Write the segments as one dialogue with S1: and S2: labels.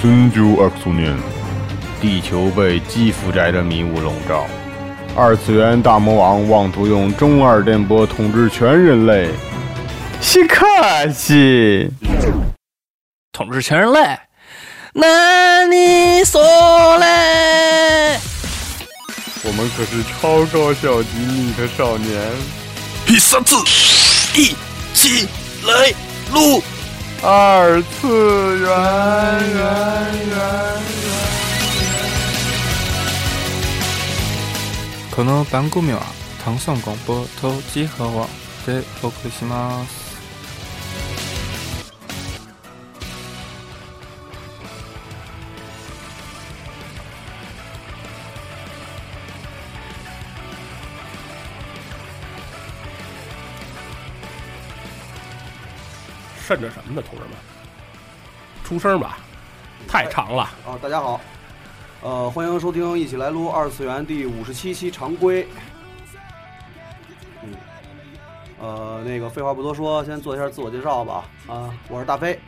S1: 春秋二十年，地球被基辅宅的迷雾笼罩，二次元大魔王妄图用中二电波统治全人类。西卡西，
S2: 统治全人类。那你说嘞？
S1: 我们可是超高校级逆特少年。
S2: 必杀技，一起来撸！
S1: 二次元，元元
S3: この番組は炭酸啊广播と集合网でお送りします。
S4: 渗着什么呢，同志们？出声吧，太长了。
S5: 啊，大家好，呃，欢迎收听《一起来撸二次元》第五十七期常规。嗯，呃，那个废话不多说，先做一下自我介绍吧。啊，我是大飞。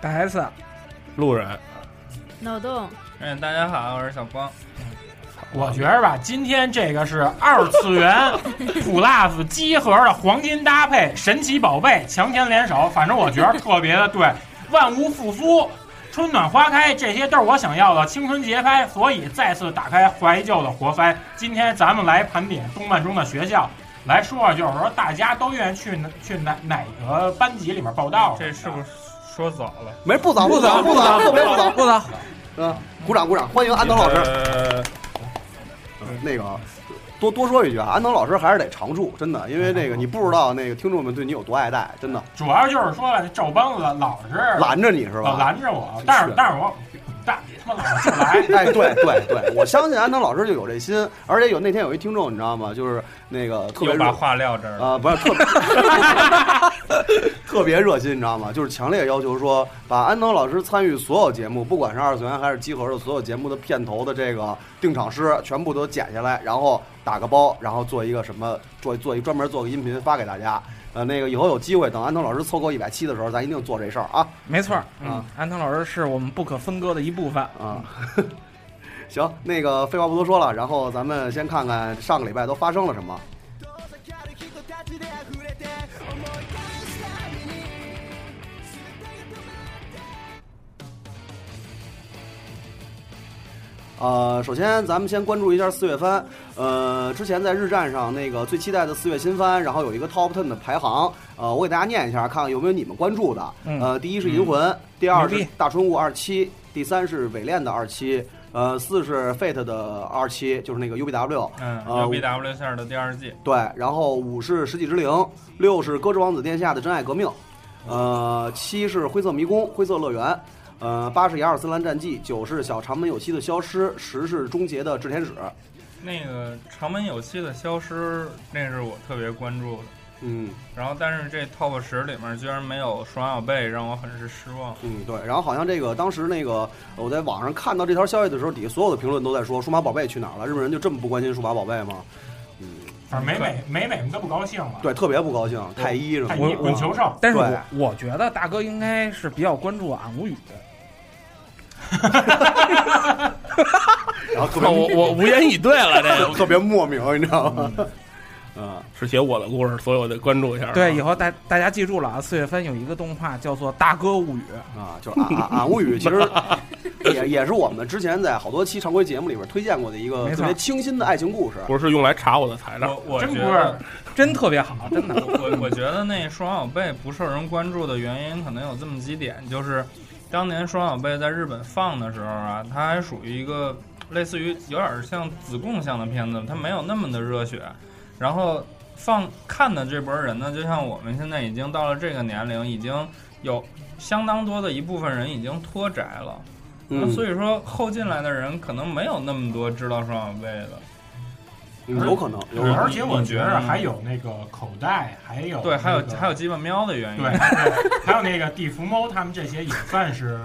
S6: 大 S，
S4: 路人，
S7: 脑洞，
S3: 嗯，大家好，我是小光。
S6: 我觉着吧，今天这个是二次元 plus 集合的黄金搭配，神奇宝贝强强联手，反正我觉着特别的对，万物复苏。春暖花开，这些都是我想要的青春节拍，所以再次打开怀旧的活塞。今天咱们来盘点动漫中的学校，来说说就是说大家都愿意去哪去哪哪个班级里面报道。啊
S3: 这是不是说早了？
S5: 没不早不早不早特别不早不早。嗯，鼓掌鼓掌，欢迎安能老师。嗯
S4: 呃，
S5: 那个多多说一句啊，安能老师还是得常驻，真的，因为那个你不知道那个听众们对你有多爱戴，真的
S6: 主要就是说吧，赵帮子老是
S5: 拦着你是
S6: 老
S5: 吧？
S6: 拦着我，但是但是我大你他妈老是 来，
S5: 哎，对对对，我相信安藤老师就有这心，而且有那天有一听众，你知道吗？就是那个特别
S3: 又
S5: 热
S3: 把
S5: 啊、
S3: 话撂这儿了。
S5: 不是特别特别 热心，你知道吗？就是强烈要求说，把安藤老师参与所有节目，不管是二次元还是集合的所有节目的片头的这个定场诗，全部都剪下来，然后打个包，然后做一个什么，做做一专门做个音频发给大家。呃，那个以后有机会，等安藤老师凑够一百期的时候，咱一定做这事儿啊。
S8: 没错儿，嗯
S5: 啊，
S8: 安藤老师是我们不可分割的一部分。
S5: 啊。行，那个废话不多说了，然后咱们先看看上个礼拜都发生了什么。呃，首先咱们先关注一下四月番。呃，之前在日站上那个最期待的四月新番，然后有一个 Top Ten 的排行。呃，我给大家念一下，看看有没有你们关注的。
S8: 嗯
S5: 呃，第一是《银魂》第二
S8: 牛
S5: 是
S8: 逼
S5: 大春物二期，第三是伪恋的二期，呃，四是 Fate 的二期，就是那个 UBW，
S3: 嗯
S8: 啊
S5: 呃
S3: ，U B W 线的第二季，
S5: 对，然后五是《十几之灵》，六是《歌之王子殿下的真爱革命》，呃，七是《灰色迷宫》《灰色乐园》，呃，八是《雅尔森兰战记》，九是《小长门有希的消失》，十是《终结的炽天使》。
S3: 那个长门有希的消失，那是我特别关注的。
S5: 嗯
S3: 然后，但是这 Top 十里面居然没有双小贝，让我很是失望。
S5: 嗯，对。然后好像这个当时那个我在网上看到这条消息的时候，底下所有的评论都在说数码宝贝去哪儿了？日本人就这么不关心数码宝贝吗？嗯
S6: 反正美美美美们都不高兴了。
S5: 对，特别不高兴。太一是吧？
S6: 太一滚球兽，
S8: 但是
S5: 对
S8: 我我觉得大哥应该是比较关注啊俺无语，
S5: 然后特别
S4: 哦我我无言以对了，这个
S5: 特别莫名，你知道吗？嗯，
S4: 是写我的故事，所以我得关注一下。
S8: 对，以后大大家记住了啊，四月份有一个动画叫做《大哥物语
S5: 啊，就是俺俺俺无语，其实也也是我们之前在好多期常规节目里边推荐过的一个
S8: 没错
S5: 特别清新的爱情故事。
S4: 不是用来查我的材料
S3: 我。我
S6: 真
S3: 觉
S6: 不
S3: 得
S6: 是，
S8: 真特别好，真的。
S3: 我我我觉得那双小贝不受人关注的原因，可能有这么几点，就是当年双小贝在日本放的时候啊，它还属于一个类似于有点像子贡像的片子，它没有那么的热血。然后放看的这波人呢，就像我们现在已经到了这个年龄，已经有相当多的一部分人已经脱宅了。那
S5: 嗯，
S3: 所以说后进来的人可能没有那么多知道双小贝的。
S5: 嗯有可能，有可能。
S6: 而且我觉着还有那个口袋，还有
S3: 对，还有
S6: 那个
S3: 还有鸡巴喵的原因。
S6: 对，对还有那个地福猫，他们这些也算是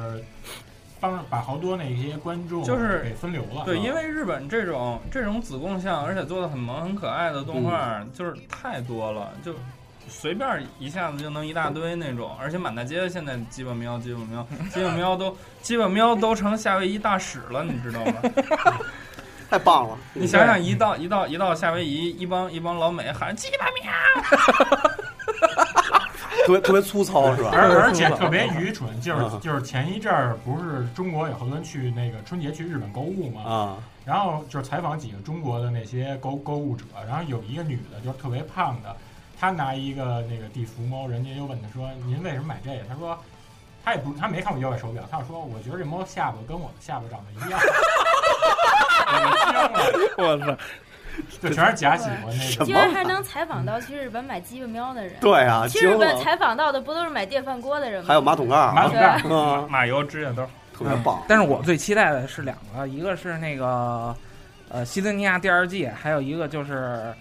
S6: 帮把好多那些观众
S3: 就是
S6: 给分流了。
S3: 对，因为日本这
S6: 嗯
S3: 种这种子贡像，而且做的很萌很可爱的动画，就是太多了，就随便一下子就能一大堆那种，而且满大街现在鸡巴喵、鸡巴喵、鸡巴喵都鸡巴喵都成夏威夷大使了，你知道 吗？
S5: 太棒了！
S3: 你想想，一到一到一到夏威夷，一帮一帮老美喊鸡巴喵，
S5: 特别特别粗糙是吧？
S6: 而而且特别愚蠢，就是就是前一阵儿不是中国有好多人去那个春节去日本购物嘛，
S5: 啊，
S6: 然后就是采访几个中国的那些购购物者，然后有一个女的，就是特别胖的，她拿一个那个地福猫，人家就问她说：“您为什么买这个？”她说：“她也不，她没看过腰带手表，她就说我觉得这猫下巴跟我的下巴长得一样。”我
S4: 我操，
S6: 就听了，就全是假喜欢那个。
S7: 居然还能采访到去日本买鸡巴喵的人。
S5: 对啊，
S7: 去日
S5: 惊
S7: 本
S5: 了！
S7: 采访到的不都是买电饭锅的人吗？
S5: 还有马桶盖儿，
S6: 马桶盖儿，
S5: 啊，
S3: 马油指甲刀。
S5: 特别棒。
S8: 但是我最期待的是两个，一个是那个呃《西德尼亚》第二季，还有一个就是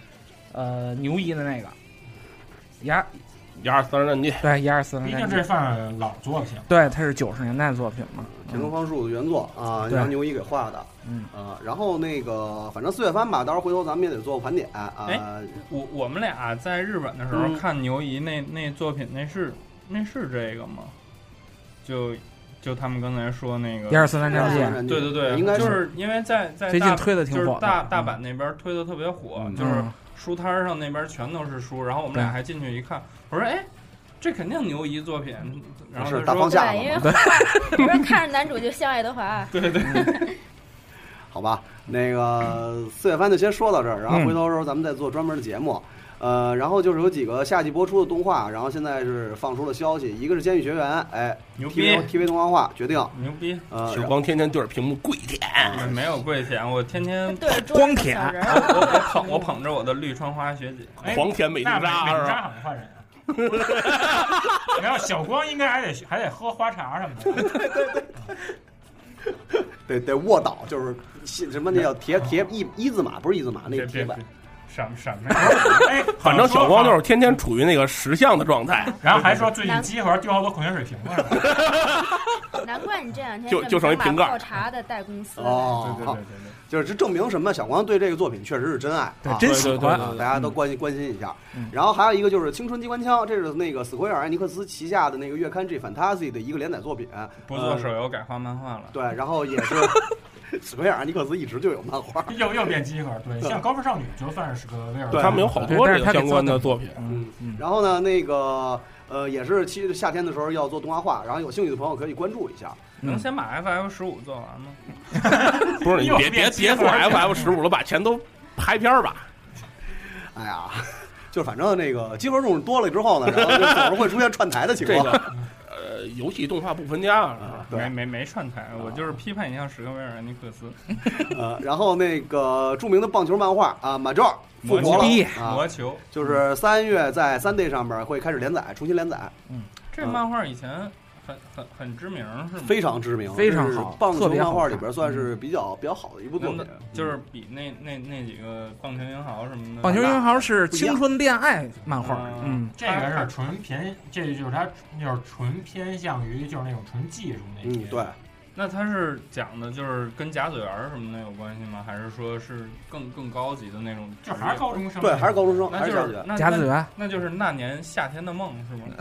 S8: 呃牛一的那个一二
S4: 一二三战机，
S8: 对一二四零
S6: 毕
S8: 战
S6: 竟
S8: 记
S6: 这算老作品，
S8: 对，它是九十年代的作品嘛。
S5: 田中芳树的原作啊，
S8: 对
S5: 杨牛一给画的，
S8: 嗯
S5: 啊，然后那个反正四月番吧，到时候回头咱们也得做个盘点啊
S3: 哎。我我们俩在日本的时候
S5: 嗯
S3: 看牛姨那那作品，那是那是这个吗？就就他们刚才说那个
S8: 一二四零战
S7: 对
S8: 记，
S5: 对
S3: 对对对，
S5: 应该
S3: 就是是因为在在
S8: 最近
S3: 大
S8: 推的挺
S3: 就是
S8: 火的
S3: 大大
S8: 嗯
S3: 阪那边推的特别火，
S5: 嗯
S3: 就是
S8: 嗯
S3: 书摊儿上那边全都是书，然后我们俩
S8: 对
S3: 还进去一看，我说哎，这肯定牛姨作品，然后
S5: 是
S3: 他
S5: 大
S3: 说
S5: 方向
S7: 对，因为 不是看着男主就像爱德华，
S5: 好吧，那个四月番就先说到这儿，然后
S8: 嗯
S5: 回头时候咱们再做专门的节目。呃，然后就是有几个夏季播出的动画，然后现在是放出了消息，一个是《监狱学员》，哎
S3: 牛逼
S5: ，TV TV 动画化决定，
S3: 牛逼，
S5: 呃，
S4: 小光天天对着屏幕跪舔，
S3: 没有跪舔，我 天天
S7: 对着桌
S8: 光
S7: 上
S8: 舔
S7: 小人
S3: 我
S7: 儿，
S3: 我我捧我捧着我的绿川花学姐，
S6: 哎
S4: 狂舔美杜
S6: 那美
S4: 莎
S6: 美
S4: 是
S6: 杜
S4: 吧？
S6: 莎好像换人啊。 然后小光应该还得还得喝花茶什么的，
S5: 得得卧倒，就是什么那叫铁铁一一字马，不是一字马，那
S3: 别
S5: 个
S3: 别
S5: 铁
S3: 别
S5: 板。，
S3: 什么什么 呀？
S6: 哎，。
S4: 反正小光就是是天天处于那个石像的状态，
S6: 然后还说最近集合丢好多矿泉水瓶子是吧，
S7: 难怪你这两天
S4: 就就剩一瓶盖儿
S7: 泡茶的带公司。
S5: 哦，
S3: 对对对对对。
S5: 就是这证明什么？小光对这个作品确实是真爱啊，
S8: 真
S4: 对
S8: 喜
S4: 对
S8: 欢
S4: 对
S5: 啊，大家都关心关心一下
S8: 嗯。
S5: 然后还有一个就是《青春机关枪》，这是那个斯奎尔艾尼克斯旗下的那个月刊《G Fantasy》的一个连载作品。
S3: 不做
S5: 呃
S3: 手游改画漫画了。
S5: 对，然后也是斯奎尔艾尼克斯一直就有漫画。
S6: 又又变集合。对，像高分少女就算是个威尔，
S5: 对
S4: 他们有好多这
S8: 对但是
S4: 个
S8: 他给
S4: 相关的作品。
S8: 嗯嗯，
S5: 然后呢，那个呃，也是其实夏天的时候要做动画化，然后有兴趣的朋友可以关注一下。
S8: 嗯
S3: 能先把 FF 十五做完吗？
S4: 不是你
S6: 又
S4: 别别
S6: 变
S4: 别
S6: 集
S4: 做
S6: 合
S4: FF 十五了，把钱都拍片儿吧。
S5: 哎呀， 就反正那个集合众多了之后呢，然后就总是会出现串台的情
S4: 这
S5: 况。
S4: 个呃，游戏动画不分家啊，
S5: 对
S3: 没没没串台，我就是批判一下史克威尔尼克斯，
S5: 呃，然后那个著名的棒球漫画啊，马照复活
S3: 魔
S8: 球
S5: 了啊
S3: 魔，球。
S5: 就是三月在三 D 上面会开始连载，重新连载，
S3: 这漫画以前很很很知名是吗？
S5: 非常知名，
S8: 非常好
S5: 是棒球
S8: 特别
S5: 漫
S8: 好
S5: 画
S8: 看
S5: 里边算是比较比较好的一部作品
S3: 能，就是比那那那几个棒球英豪什么的，
S8: 棒球英豪是青春恋爱漫画，
S3: 嗯
S8: 嗯，
S6: 这个是纯偏，这就是他就是纯偏向于就是那种纯技术那
S5: 嗯
S6: 些。，
S5: 对，
S3: 那他是讲的就是跟假嘴猿儿什么的有关系吗？还是说是更更高级的那种职
S6: 就
S3: 业？
S6: 还是高中生。
S5: 对，还是高中生，还
S3: 那
S5: 是
S3: 就
S5: 小
S3: 是
S5: 学
S3: 那
S8: 甲子
S3: 那
S8: 园
S3: 那就是那年夏天的梦是吗？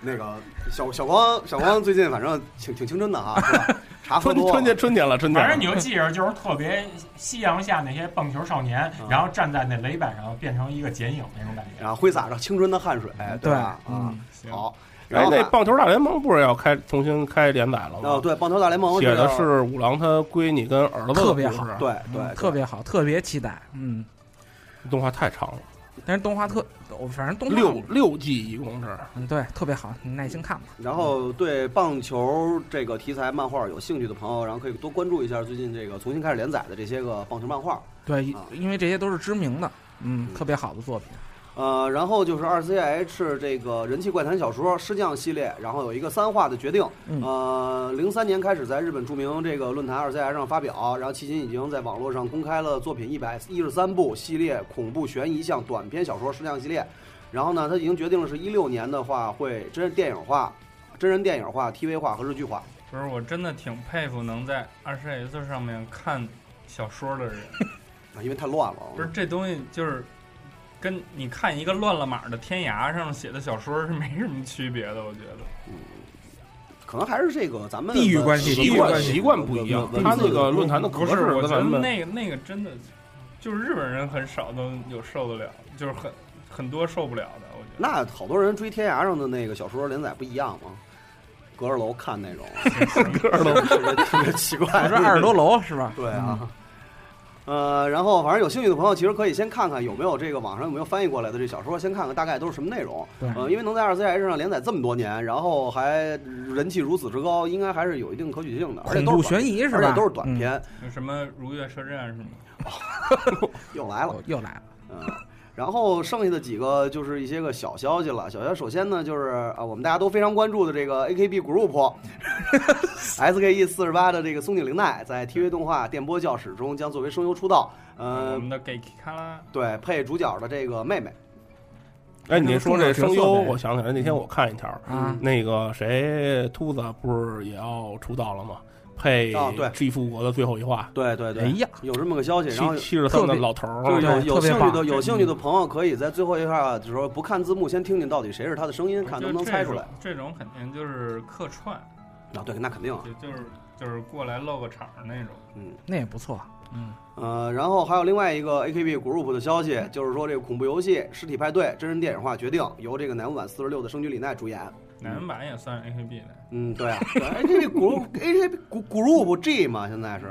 S5: 那个小小光，小光最近反正挺挺清真的 啊，是吧茶喝
S4: 春
S5: 多
S4: 春天春天了，
S5: 了，
S4: 春天
S6: 反
S4: 了
S6: 正你就记着，就是特别夕阳下那些棒球少年，然后站在那垒板上变成一个剪影那种感觉。
S5: 嗯然后挥洒着青春的汗水，
S8: 对
S5: 吧？啊，
S8: 嗯，
S3: 行，
S5: 好，然
S4: 哎，
S5: 后
S4: 那
S5: 还
S4: 棒球大联盟不是要开重新开连载了
S5: 哦，
S4: 吗？
S5: 对，棒球大联盟
S4: 写的
S5: 要
S4: 是五郎他闺女跟儿子的
S8: 特别
S4: 故事啊
S8: 好
S5: 对对，
S8: 嗯特别好，特别期待，嗯，
S4: 动画太长了，
S8: 但是动画特，我反正动画
S4: 六六季一共是。
S8: 嗯对特别好，你耐心看吧，
S5: 然后对棒球这个题材漫画有兴趣的朋友，然后可以多关注一下最近这个重新开始连载的这些个棒球漫画。
S8: 对
S5: 啊，
S8: 因为这些都是知名的，嗯，特别好的作品，
S5: 呃，然后就是二 C H 这个人气怪谈小说《师匠》系列，然后有一个三话的决定。
S8: 嗯
S5: 呃，零三年开始在日本著名这个论坛二 C H 上发表，然后迄今已经在网络上公开了作品一百一十三部系列恐怖悬疑向短篇小说《师匠》系列。然后呢，他已经决定了是一六年的话会真人电影化、真人电影化、TV 化和日剧化。
S3: 不是我真的挺佩服能在二十 S 上面看小说的人，
S5: 啊，因为太乱了。
S3: 不是这东西就是跟你看一个乱了码的天涯上面写的小说是没什么区别的，我觉得。
S5: 可能还是这个咱们
S8: 地域
S5: 文
S8: 关系
S5: 习
S4: 地域
S5: 惯
S4: 关系习惯不一样
S5: 文
S4: 他
S5: 文字
S4: 那个论坛的
S3: 不
S4: 格式
S3: 是，
S4: 跟
S3: 我觉
S4: 咱
S3: 得
S4: 们
S3: 那个那个真的，就是日本人很少都有受得了，就是很很多受不了的，我觉得。
S5: 那好多人追天涯上的那个小说连载不一样吗？隔着楼看 那种，隔着楼特别特别奇怪。
S8: 我说二十多楼是吧？
S5: 对啊，呃，然后反正有兴趣的朋友，其实可以先看看有没有这个网上有没有翻译过来的这小说，先看看大概都是什么内容。
S8: 对
S5: 呃，因为能在 2CH 上连载这么多年，然后还人气如此之高，应该还是有一定可取性的，而且
S8: 恐
S5: 都
S8: 怖
S5: 是短
S8: 悬疑是
S5: 而
S8: 吧？嗯
S5: 且都是短篇，
S3: 有什么如月车站什么的，
S5: 又来了
S8: 嗯，。又来了。
S5: 嗯，然后剩下的几个就是一些个小消息了。小消息首先呢，就是啊，我们大家都非常关注的这个 AKB Group SKE 四十八的这个松井玲奈，在 TV 动画《电波教室》中将作为声优出道。
S3: 我
S5: 嗯，
S3: 们的给卡拉
S5: 对，配主角的这个妹妹，
S4: 哎，你说这声
S8: 这
S4: 优，
S8: 个
S4: 我想起来那天我看一条，
S8: 啊
S5: 嗯
S4: 那个谁秃子不是也要出道了吗？配
S5: 啊对
S4: 《G 复国》的最后一话，
S5: 对对对，
S8: 哎呀，
S5: 有这么个消息，然后
S4: 七。七十三
S8: 特
S4: 的
S8: 别
S4: 老头
S5: 就是
S4: 儿，
S5: 有
S8: 哦对
S5: 有
S8: 特别
S5: 兴趣的
S8: 棒
S5: 有兴趣的朋友，可以在最后一下的时候不看字幕，先听听到底谁是他的
S8: 啊
S5: 声音，看能不能猜出来。
S3: 我觉得这种。这种肯定就是客串，
S5: 啊，对，那肯定啊。
S3: 就就是就是过来露个场儿那种。
S8: 那也不错。
S3: 嗯，
S5: 呃，然后还有另外一个 AKB Group 的消息，就是说这个恐怖游戏《尸体派对》真人电影化决定，由这个乃木坂四十六的生驹里奈主演。
S3: 男
S4: 嗯
S3: 人版也算 AKB 的。
S5: 嗯，对啊，AKB Group AKB Group G 嘛，现在是，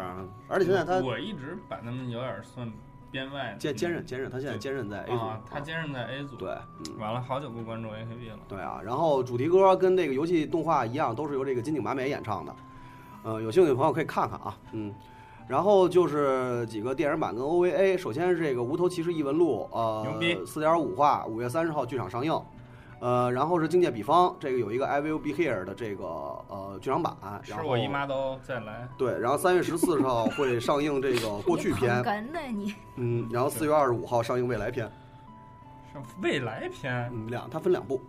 S5: 而且现在他
S3: 我一直把他们有点算编外的
S5: 兼兼任兼任，他现在兼任在 A 组
S3: 啊，他兼任在 A 组。
S5: 对，，嗯，
S3: 完了好久不关注 AKB 了。
S5: 对啊。然后主题歌跟这个游戏动画一样，都是由这个金井麻美演唱的。呃，有兴趣的朋友可以看看啊，嗯。然后就是几个电影版跟 OVA，首先是这个《无头骑士异闻录》，
S3: 牛
S5: 呃
S3: 逼，
S5: 四点五话，五月三十号剧场上映。呃，然后是《境界比方》，这个有一个 I Will Be Here 的这个呃剧场版，
S3: 是
S5: 然后
S3: 我姨妈都再来，
S5: 对，然后三月十四号会上映这个过去篇
S7: 你捧，哏呢你？
S5: 嗯，然后四月二十五号上映未来篇，
S3: 是未来篇，
S5: 嗯，两它分两部，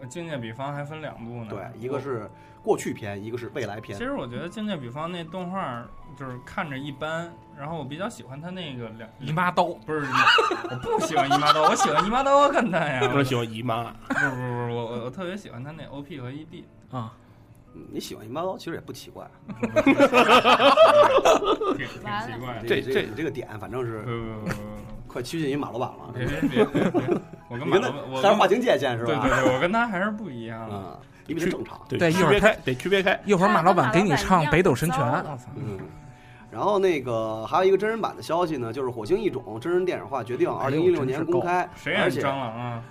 S3: 呃境界比方还分两部呢。
S5: 对，一个是过去篇，一个是未来篇
S3: 其。实我觉得《境界比方》那动画就是看着一般，然后我比较喜欢他那个两
S8: 姨妈刀，
S3: 不是，我不喜欢姨妈刀，我喜欢姨妈刀更淡呀。
S4: 我喜欢姨妈，
S3: 不不不，我我我特别喜欢他那 OP 和 ED，
S5: 嗯你喜欢一猫刀其实也不奇怪，啊
S3: 挺挺
S7: 完了
S3: 奇怪的。
S5: 这
S4: 这
S5: 这
S4: 这
S5: 你这个点反正
S3: 不
S5: 是
S3: 不不不
S5: 快趋近于马老板了
S3: 不，，别别别别，别我跟
S5: 你
S3: 马
S5: 跟他
S3: 龙，我
S5: 还是
S3: 跟
S5: 划清界限是
S3: 对对
S5: 吧？
S3: 对，我跟他还是不一样的。
S5: 嗯，你比他正常。
S8: 对
S4: 对，
S8: 一
S4: 区
S8: 会儿
S4: 别
S8: 他
S4: 开，得区别开。
S8: 一会儿马老板给你唱《
S7: 一样
S8: 北斗神拳》
S7: 糟了
S8: 我操。
S5: 嗯，然后那个还有一个真人版的消息呢，就是《火星异种》真人电影化决定，二
S8: 哎
S5: 零一
S8: 呦
S5: 六年公开。
S3: 谁
S5: 而
S3: 演
S5: 且
S3: 蟑螂啊？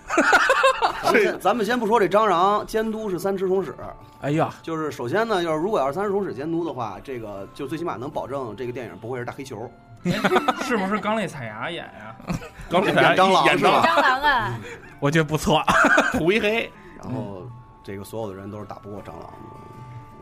S5: 咱们先咱们先不说这蟑螂，监督是三池崇史。
S8: 哎呀，
S5: 就是首先呢，要是如果要是三池崇史监督的话，这个就最起码能保证这个电影不会是大黑球。
S3: 哎是不是冈内彩芽演呀？
S4: 刚
S5: 演
S4: 才
S5: 蟑螂
S4: 眼
S5: 是吧
S4: 上
S7: 蟑螂啊，
S8: 我觉得不错。
S4: 涂一黑，
S5: 然
S3: 嗯
S5: 后这个所有的人都是打不过蟑螂的。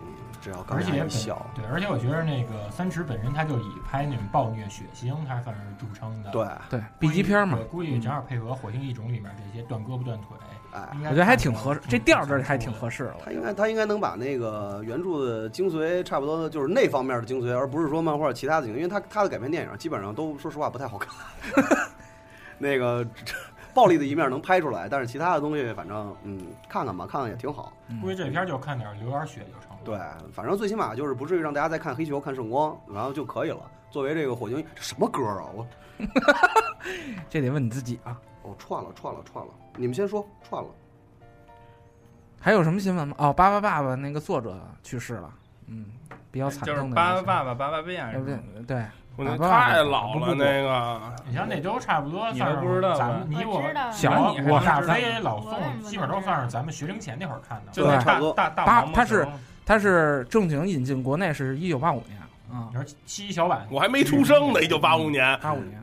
S5: 嗯，只要刚
S6: 而且
S5: 才
S6: 本
S5: 笑，
S6: 对，而且我觉得那个三池本身他就以拍那种暴虐血腥，他算是著称的。
S5: 对，
S8: 对，B 级片嘛嗯
S6: 我，估计正好配合《火星异种》里面这些断胳膊断腿，
S5: 哎，
S6: 应该嗯
S8: 我觉得还挺合适，这调这
S6: 儿
S8: 还挺合适的。我
S5: 他应该他应该能把那个原著的精髓差不多就是那方面的精髓，而不是说漫画其他的精髓，因为他他的改编电影基本上都说实话不太好看， 那个这暴力的一面能拍出来，但是其他的东西反正嗯看看吧，看看也挺好。
S6: 估计这片儿就看点儿流点儿血就成了。
S5: 对，反正最起码就是不至于让大家再看黑球、看圣光，然后就可以了。作为这个火星这什么歌啊，我
S8: 这得问你自己啊。
S5: 我串了串了串了，你们先说串了。
S8: 还有什么新闻吗？哦，巴巴爸爸那个作者去世了，嗯，比较惨
S3: 就
S8: 痛
S3: 是
S8: 的一个
S3: 巴巴
S8: 消息
S3: 爸爸八八变什
S8: 对
S3: 么
S8: 不
S3: 的。
S8: 对？对，
S4: 我那
S8: 爸爸
S4: 太老
S8: 不
S4: 了
S8: 不不
S4: 那个。
S6: 你像那都差不多，
S3: 你
S6: 算
S3: 都
S6: 是
S3: 不知道
S6: 咱
S3: 吧
S6: 们你
S7: 我
S6: 我
S7: 知道
S8: 小
S6: 我
S3: 你还
S6: 我
S3: 能
S6: 大
S3: 知道
S6: 飞老
S7: 我为什
S6: 宋，
S7: 么
S6: 基本
S7: 不
S6: 都
S7: 知
S6: 算
S7: 道
S6: 是咱们学龄前那会儿看的。
S3: 就那
S8: 对
S5: 差
S3: 大
S5: 不多
S3: 大大
S8: 八
S3: 王八
S8: 他是
S3: 熊
S8: 他是正经引进国内是一九八五年啊
S6: 你，说七小版，
S4: 我还没出生呢，一九八五年。
S8: 八五年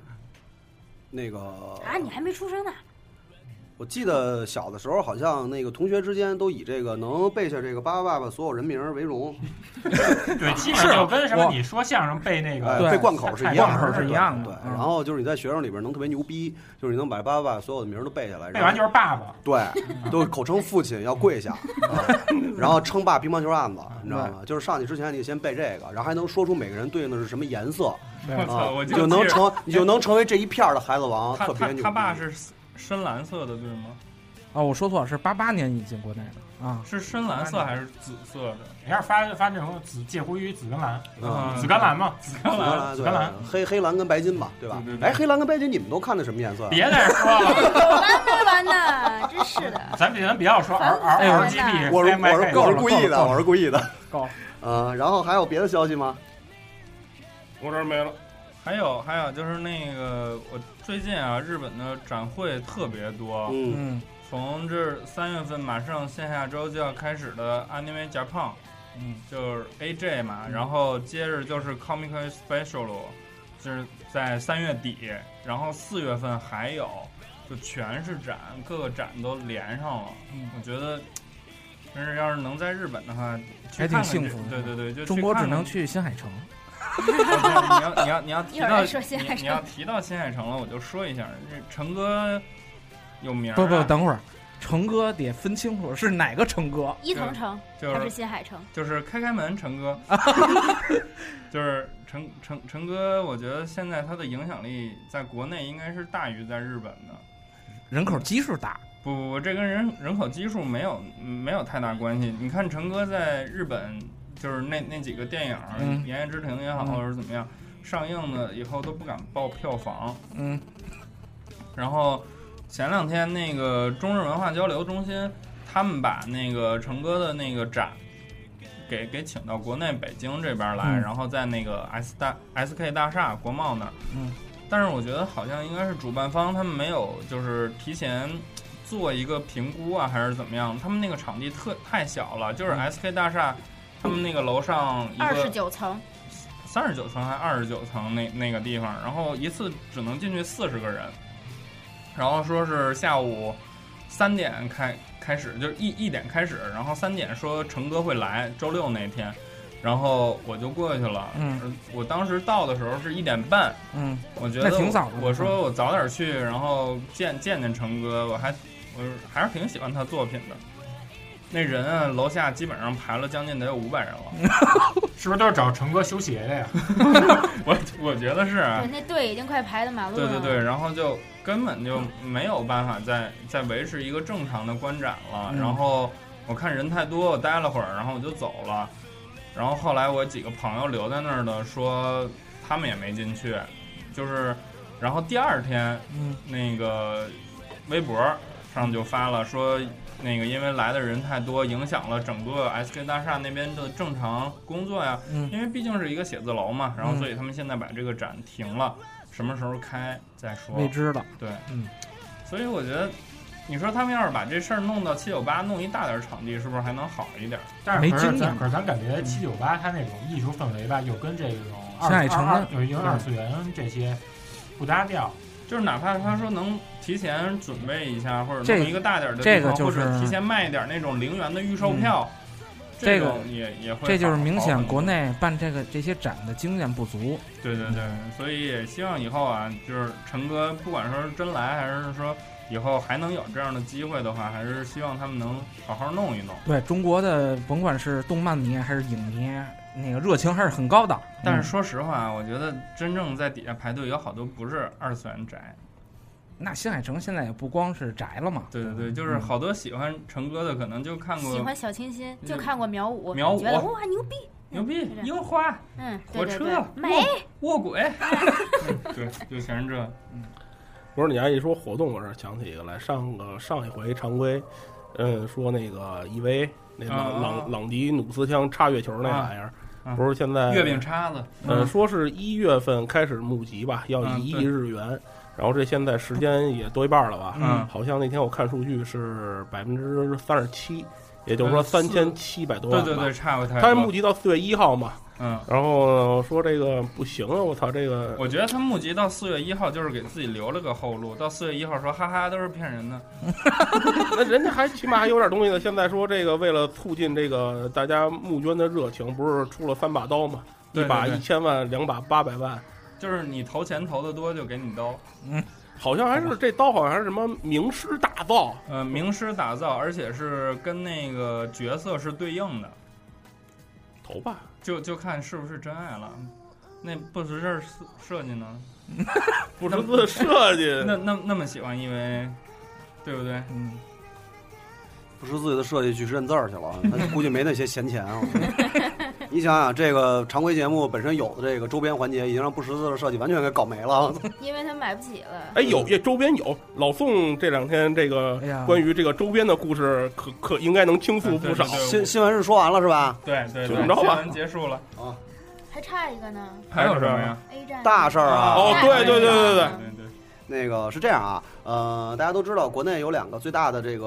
S5: 那个
S7: 啊，你还没出生呢，
S5: 我记得小的时候，好像那个同学之间都以这个能背下这个巴巴爸爸所有人名儿为荣，
S6: 对，基本上就跟什么你说相声背那
S5: 哎
S6: 个
S8: 对
S5: 背贯口是一样的，
S8: 贯口是一样的
S5: 对，
S8: 嗯
S5: 然后就是你在学生里边能特别牛逼，就是你能把巴巴爸爸所有的名儿都背下来，
S6: 背完就是爸爸。
S5: 然后对，都口称父亲要跪下，啊然后称霸乒乓球案子，你知道吗？就是上去之前你先背这个，然后还能说出每个人对应的是什么颜色
S3: 我操
S5: 啊，
S3: 我
S5: 你
S3: 就
S5: 就能
S3: 记着
S5: 成你就能成为这一片儿的孩子王，
S3: 他
S5: 特别
S3: 他
S5: 牛逼。
S3: 他爸是深蓝色的，对吗？
S8: 啊，我说错了，是八八年引进国内的啊。
S3: 是深蓝色还是紫色的？
S6: 你要是发发这种紫介乎于紫跟蓝，
S5: 嗯
S6: 紫甘蓝嘛，紫
S5: 紫甘蓝，
S6: 紫
S5: 对
S6: 甘蓝。，
S5: 黑黑蓝跟白金吧，对吧
S3: 对对？对
S5: 哎，黑蓝跟白金，你们都看的什么颜色呀？
S6: 别再说了，
S7: 完没完呢？ 真是的，
S6: 咱别咱不要说 R
S7: 哎
S6: R
S7: 呦
S6: R G B，
S5: 我是我是我是故意的，我是故意的。
S8: 够了
S5: 嗯，然后还有别的消息吗？
S4: 我这儿没了。
S3: 还有还有就是那个，我最近啊，日本的展会特别多，
S5: 嗯，
S8: 嗯，
S3: 从这三月份马上线下周就要开始的 Anime Japan，
S8: 嗯，
S3: 就是 AJ 嘛，然后接着就是 Comic Special，就是在三月底，然后四月份还有，就全是展，各个展都连上了。
S8: 嗯
S3: 我觉得，真是要是能在日本的话，去
S8: 还挺
S3: 看看
S8: 幸
S3: 这
S8: 福
S3: 对
S8: 的
S3: 对对，就去
S8: 中国只
S3: 看看
S8: 能去新海诚。
S3: 你要你要你要提
S7: 一会儿
S3: 到
S7: 再说新海
S3: 你
S7: 诚
S3: 你要提到新海诚了，我就说一下，这陈哥有名儿啊
S8: 不不，等会儿，成哥得分清楚是哪个成哥。
S7: 伊藤城
S3: 就
S7: 还是
S3: 是
S7: 新海诚？
S3: 就是开开门，陈 哥，就是陈陈陈哥，我觉得现在他的影响力在国内应该是大于在日本的。
S8: 人口基数大，
S3: 不不不，这跟人人口基数没有没有太大关系。你看陈哥在日本，就是那那几个电影儿，
S8: 嗯
S3: 言叶之庭》也好，
S8: 嗯
S3: 或者怎么样，上映了以后都不敢报票房。
S8: 嗯，
S3: 然后前两天那个中日文化交流中心，他们把那个成哥的那个展给给请到国内北京这边来，
S8: 嗯
S3: 然后在那个 S 大 SK 大厦国贸那儿。
S8: 嗯，
S3: 但是我觉得好像应该是主办方他们没有就是提前。做一个评估啊，还是怎么样？他们那个场地特太小了，就是
S8: 嗯
S3: SK 大厦，他们那个楼上一个
S7: 二十九层，
S3: 三十九层还二十九层那那个地方，然后一次只能进去四十个人，然后说是下午三点开开始，就是一一点开始，然后三点说成哥会来，周六那天，然后我就过去了。
S8: 嗯
S3: 呃，我当时到的时候是一点半，
S8: 嗯，
S3: 我觉得
S8: 那挺早的嗯
S3: 我说我早点去，然后见见见成哥，我还我还是挺喜欢他作品的。那人啊，楼下基本上排了将近得有五百人 了，
S6: 是不是都是找成哥修鞋的呀？
S3: 我我觉得是、啊
S7: 对，。那队已经快排到马路
S3: 对
S7: 上
S3: 对
S7: 了。
S3: 对，然后就根本就没有办法再再维持一个正常的观展了。
S8: 嗯
S3: 然后我看人太多，我待了会儿，然后我就走了。然后后来我几个朋友留在那儿的说，他们也没进去，就是，然后第二天
S8: 嗯，
S3: 那个微博上就发了说，那个因为来的人太多，影响了整个 SK 大厦那边的正常工作呀。
S8: 嗯
S3: 因为毕竟是一个写字楼嘛，然后
S8: 嗯
S3: 所以他们现在把这个展停了，什么时候开再说。
S8: 未知的。
S3: 对，
S8: 嗯。
S3: 所以我觉得，你说他们要是把这事儿弄到七九八，弄一大点儿场地，是不是还能好一点儿？
S6: 但是可
S8: 没
S6: 是
S8: 经验
S6: 咱可是咱感觉七九八它那种艺术氛围吧，又跟这种二
S8: 现在
S6: 二
S8: 也成
S6: 二
S8: 了
S6: 有一个二次元这些不搭调。
S3: 就是哪怕他说能提前准备一下，或者
S8: 这
S3: 弄一个大点儿的
S8: 这
S3: 地
S8: 个
S3: 方，
S8: 就是嗯
S3: 或者提前卖一点儿那种零元的预售票，
S8: 这个
S3: 种也也会好，
S8: 这就是明
S3: 好
S8: 显
S3: 很多
S8: 国内办这个这些展的经验不足。
S3: 对对对，所以也希望以后啊，就是陈哥，不管说是真来，还是说以后还能有这样的机会的话，还是希望他们能好好弄一弄。
S8: 对中国的，甭管是动漫迷还是影迷，那个热情还是很高的。
S4: 嗯
S3: 但是说实话，我觉得真正在底下排队有好多不是二次元宅，
S8: 那新海诚现在也不光是宅了嘛，
S3: 对对
S4: 嗯
S3: 对，就是好多喜欢陈哥的，可能就看
S7: 喜
S3: 过嗯
S7: 欢小清新，就看过苗舞，
S3: 苗舞
S7: 觉得哇牛逼，
S3: 牛逼
S7: 是
S3: 樱花、
S7: 嗯，对
S3: 火
S7: 对
S3: 车
S7: 对，、
S3: 卧
S7: 美，
S3: 卧 轨，嗯对，就全是这。
S4: 不是你还一说活动，我这儿想起一个来，上个上一回常规，嗯，说那个 EV 那朗、
S3: 啊
S4: 朗朗迪努斯枪插月球那玩意儿，
S3: 啊啊
S4: 不是现在
S3: 月饼叉子，
S4: 呃，说是一月份开始募集吧，要
S3: 嗯
S4: 一亿
S3: 对
S4: 日元，然后这现在时间也多一半了吧？
S3: 嗯
S4: 好像那天我看数据是百分之三十七，也就是说
S3: 呃四
S4: 三千七百多
S3: 对
S4: 万
S3: 对
S4: 吧
S3: 对，差不太
S4: 他募
S3: 多。
S4: 集到四月一号嘛，
S3: 嗯，
S4: 然后说这个不行啊，我操，这个
S3: 我觉得他募集到四月一号，就是给自己留了个后路。到四月一号说哈哈都是骗人的，
S4: 那人家还起码还有点东西呢。现在说这个为了促进这个大家募捐的热情，不是出了三把刀嘛？
S3: 对
S4: 一把
S3: 对对
S4: 一千万，两把八百万，
S3: 就是你投钱投的多就给你刀。
S4: 好像还是这刀好像还是什么名师大造，
S3: 呃，名师打造，而且是跟那个角色是对应的，
S4: 投吧。
S3: 就就看是不是真爱了。那不是这设设计呢？
S4: 不识字设计，
S3: 那那那么喜欢 EVA，对不对？
S8: 嗯，
S5: 不识字的设计去认字儿去了，他估计没那些闲钱啊。你想想，这个常规节目本身有的这个周边环节，已经让不识字的设计完全给搞没了。
S7: 因为他买不起了。
S4: 哎，有也周边有，老宋这两天这个
S8: 哎呀
S4: 关于这个周边的故事可，可应该能倾诉不少。
S5: 新新闻是说完了是吧？
S3: 对对对，
S4: 怎么着吧
S3: 新闻结束了，
S7: 还差一个呢
S3: 还有什么呀？
S7: ，A 站
S5: 大事儿啊！
S4: 哦对对对对对
S3: 对对，
S5: 那个是这样啊，呃，大家都知道，国内有两个最大的这个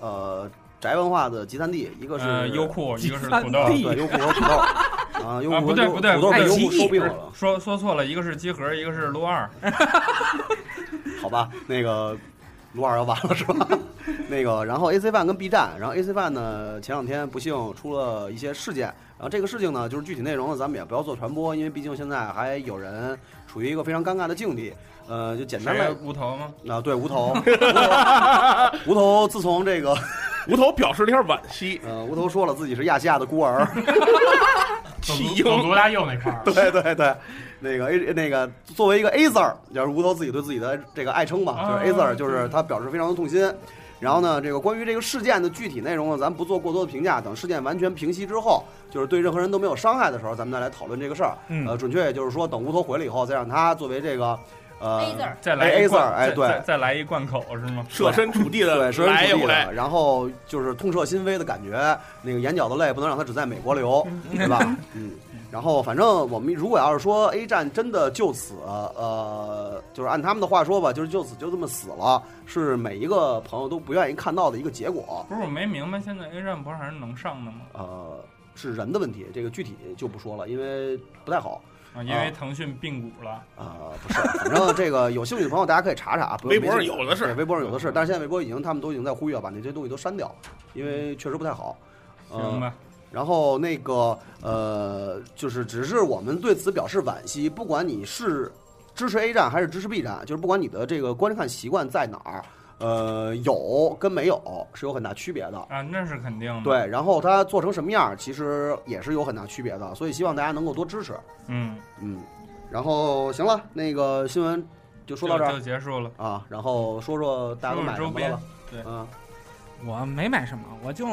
S5: 呃宅文化的集散地，一个是、啊
S3: 呃，优酷一个是
S4: 三
S3: 土豆，
S5: 对优酷和土 豆啊，优酷
S3: 啊
S5: 和
S3: 不对
S5: 土
S3: 不对
S5: 土豆
S3: 不
S5: 被
S3: 对
S5: 优酷
S8: 爱奇艺
S5: 收并了，
S3: 说说错了，一个是集合，一个是撸二，
S5: 好吧？那个撸二要完了是吧？ 那个，然后 AC One 跟 B 站，然后 AC One 呢前两天不幸出了一些事件，然后这个事情呢就是具体内容呢咱们也不要做传播，因为毕竟现在还有人处于一个非常尴尬的境地，呃，就简单
S3: 谁
S5: 来
S3: 无头吗？
S5: 啊，对无头，无头无头自从这个。
S4: 无头表示了一下惋惜，
S5: 呃，无头说了自己是亚细亚的孤儿，
S4: 弃婴
S6: 走罗大佑那块 儿，
S5: 对对对，那个 A 那个作为一个 A 字儿，就是无头自己对自己的这个爱称吧，就是 A 字儿，就是他表示非常的痛心。然后呢，这个关于这个事件的具体内容呢，咱不做过多的评价，等事件完全平息之后，就是对任何人都没有伤害的时候，咱们再来讨论这个事儿。
S8: 嗯
S5: 呃，准确也就是说，等无头回来以后，再让他作为这个呃
S7: A 字儿，
S3: 再来
S5: A-
S3: 一
S5: A 字儿
S3: 贯
S5: 哎
S3: 再
S5: 对
S3: 再再来一贯口是吗？
S4: 设身处地的
S5: 对，是
S4: 来一回，
S5: 然后就是痛彻心扉的感觉，那个眼角的泪不能让它只在美国流，对吧？嗯，然后反正我们如果要是说 A 站真的就此呃，就是按他们的话说吧，就是就此就这么死了，是每一个朋友都不愿意看到的一个结果，
S3: 不是，我没明白，现在 A 站不是还是能上的吗？
S5: 呃，是人的问题，这个具体就不说了，因为不太好。
S3: 啊，因为腾讯并股了，
S5: 啊、不是，反正这个有兴趣的朋友，大家可以查查啊。不
S4: 微博上
S5: 没兴趣
S4: 有的是嗯
S5: 对微博上有的是，但是现在微博已经他们都已经在呼吁要把那些东西都删掉，因为确实不太好。呃
S3: 行吧？
S5: 然后那个呃，就是只是我们对此表示惋惜，不管你是支持 A 站还是支持 B 站，就是不管你的这个观看习惯在哪儿，呃，有跟没有是有很大区别的。
S3: 啊，那是肯定的。，
S5: 对，然后它做成什么样儿，其实也是有很大区别的，所以希望大家能够多支持。
S3: 嗯，
S5: 嗯，然后行了，那个新闻就说到这
S3: 就
S5: 儿
S3: 就结束了。
S5: 啊，然后说说大家都买什么
S3: 周
S5: 了
S3: 边
S5: 吧。，
S3: 对
S5: 嗯，
S8: 我没买什么，我就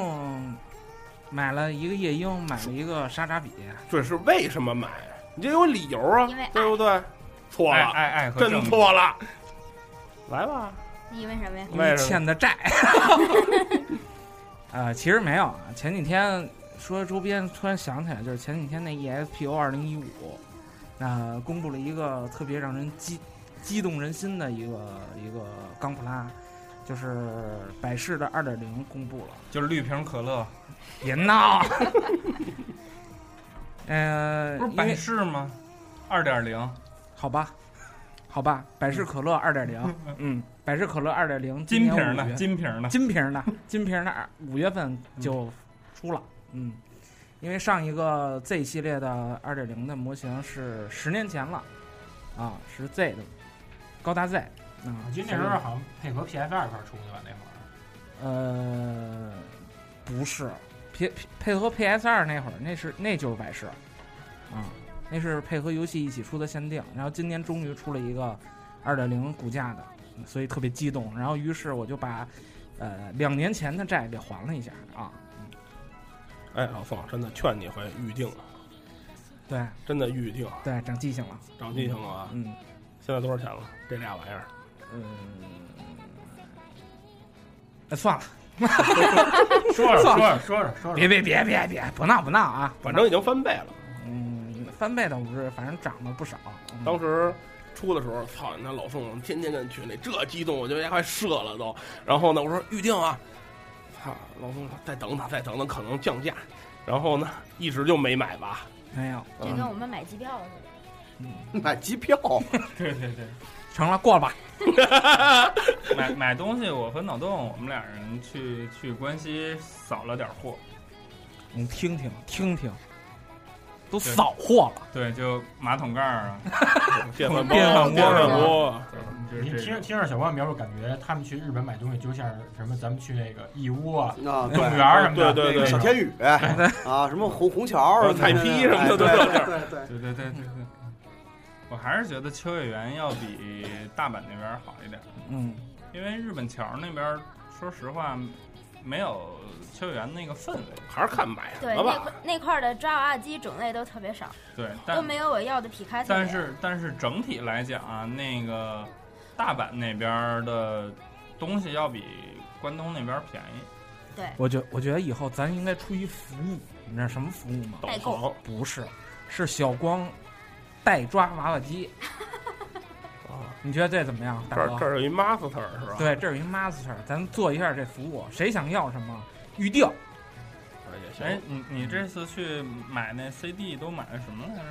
S8: 买了一个夜鹰，买了一个莎莎比，
S4: 这是为什么买？你这有理由啊
S7: 因为爱，
S4: 对不对？错
S3: 爱
S4: 了，
S3: 爱爱和
S4: 真
S3: 正义。
S4: 错了，来吧，
S7: 你以为什么呀？
S8: 因为欠的债。 啊，其实没有啊，前几天说周边，突然想起来，就是前几天那 E ESPO 二零一五，那公布了一个特别让人激激动人心的一个一个钢普拉，就是百事的二点零公布了。
S3: 就是绿瓶可乐，
S8: 别闹。啊 嗯、
S3: 不是
S8: 因
S3: 百
S8: 为
S3: 事吗？二点零，
S8: 好吧，好吧，百事可乐二点零，嗯，百事可乐二点零，
S3: 金
S8: 年
S3: 瓶
S8: 五
S3: 的，
S8: 月
S3: 金嗯瓶的。
S8: 金瓶的，金瓶的二五月份就出了，嗯，因为上一个 Z 系列的二点零的模型是十年前了，啊，是 Z 的高达 Z，啊，
S6: 我记得那时候好像配合 PS 二一块儿出的吧，那会儿
S8: 呃，不是，配配合 PS 二那会儿，那是那就是百事，啊，那是配合游戏一起出的限定。然后今年终于出了一个二点零骨架的，所以特别激动。然后于是我就把呃两年前的债给还了一下啊。
S4: 哎，老宋，真的劝你回预定，
S8: 对
S4: 真的预定，
S8: 对，长记性了。
S4: 长记性了啊！
S8: 嗯
S4: 现在多少钱了？这俩玩意儿，
S8: 嗯、呃算了，
S6: 说着
S8: 算
S6: 说
S8: 了
S6: 着说着说着，
S8: 别别别别别，不闹不闹啊！
S4: 反正已经翻倍了。
S8: 嗯，翻倍倒不是，反正涨了不少。嗯
S4: 当时出的时候，操，那老宋天天跟群里这激动，我觉得也快射了都。然后呢，我说预定啊，操，老宋说再等等，再等等，可能降价。然后呢，一直就没买 吧。
S8: 没有，
S7: 这
S3: 嗯
S7: 跟我们买机票似的。
S5: 买机票，
S3: 对对对，
S8: 成了过了吧。
S3: 买买东西，我和脑洞，我们俩人去去关西扫了点货，
S8: 你听听听听，都
S3: 对
S8: 扫货了，
S3: 对，就马桶盖儿 啊，
S4: 电饭煲，
S8: 电饭
S4: 电
S8: 锅
S4: 饭
S8: 是
S7: 吧
S4: 锅，
S3: 对就是
S6: 你
S3: 这
S6: 听
S3: 种
S6: 听着小光描述，感觉他们去日本买东西就像什么咱们去那个义乌啊、
S5: 啊，
S6: 动物
S5: 对，
S6: 园儿什么的，
S4: 对对对呃
S6: 那
S5: 小
S6: 种
S5: 天宇啊，什么红红桥什么的，
S4: 菜批什么的都
S5: 哎
S4: 有
S5: 对对对对。
S3: 对对对对对，我还是觉得秋叶原要比大阪那边好一点，
S8: 嗯，
S3: 因为日本桥那边，说实话，没有秋园那个氛围。
S4: 还是看买什
S7: 对，
S4: 么
S7: 那
S4: 吧
S7: 块。那块儿的抓娃娃机种类都特别少，
S3: 对，
S7: 都
S3: 但
S7: 没有我要的皮卡丘。
S3: 但是但是整体来讲啊，那个大阪那边的东西要比关东那边便宜。
S8: 我觉我觉得以后咱应该出一服务，你知道什么服务吗？
S4: 导
S7: 代
S4: 航
S7: 购
S8: 不是，是小光代抓娃娃机。
S4: 啊，
S8: 你觉得这怎么样，
S4: 这
S8: 大
S4: 儿
S8: 哥？
S4: 这儿有一 master 是吧？
S8: 对，这有一 master，咱做一下这服务，谁想要什么预定。
S4: 啊也
S3: 哎
S4: 行。，
S3: 你你这次去买那 CD 都买的什么来 着？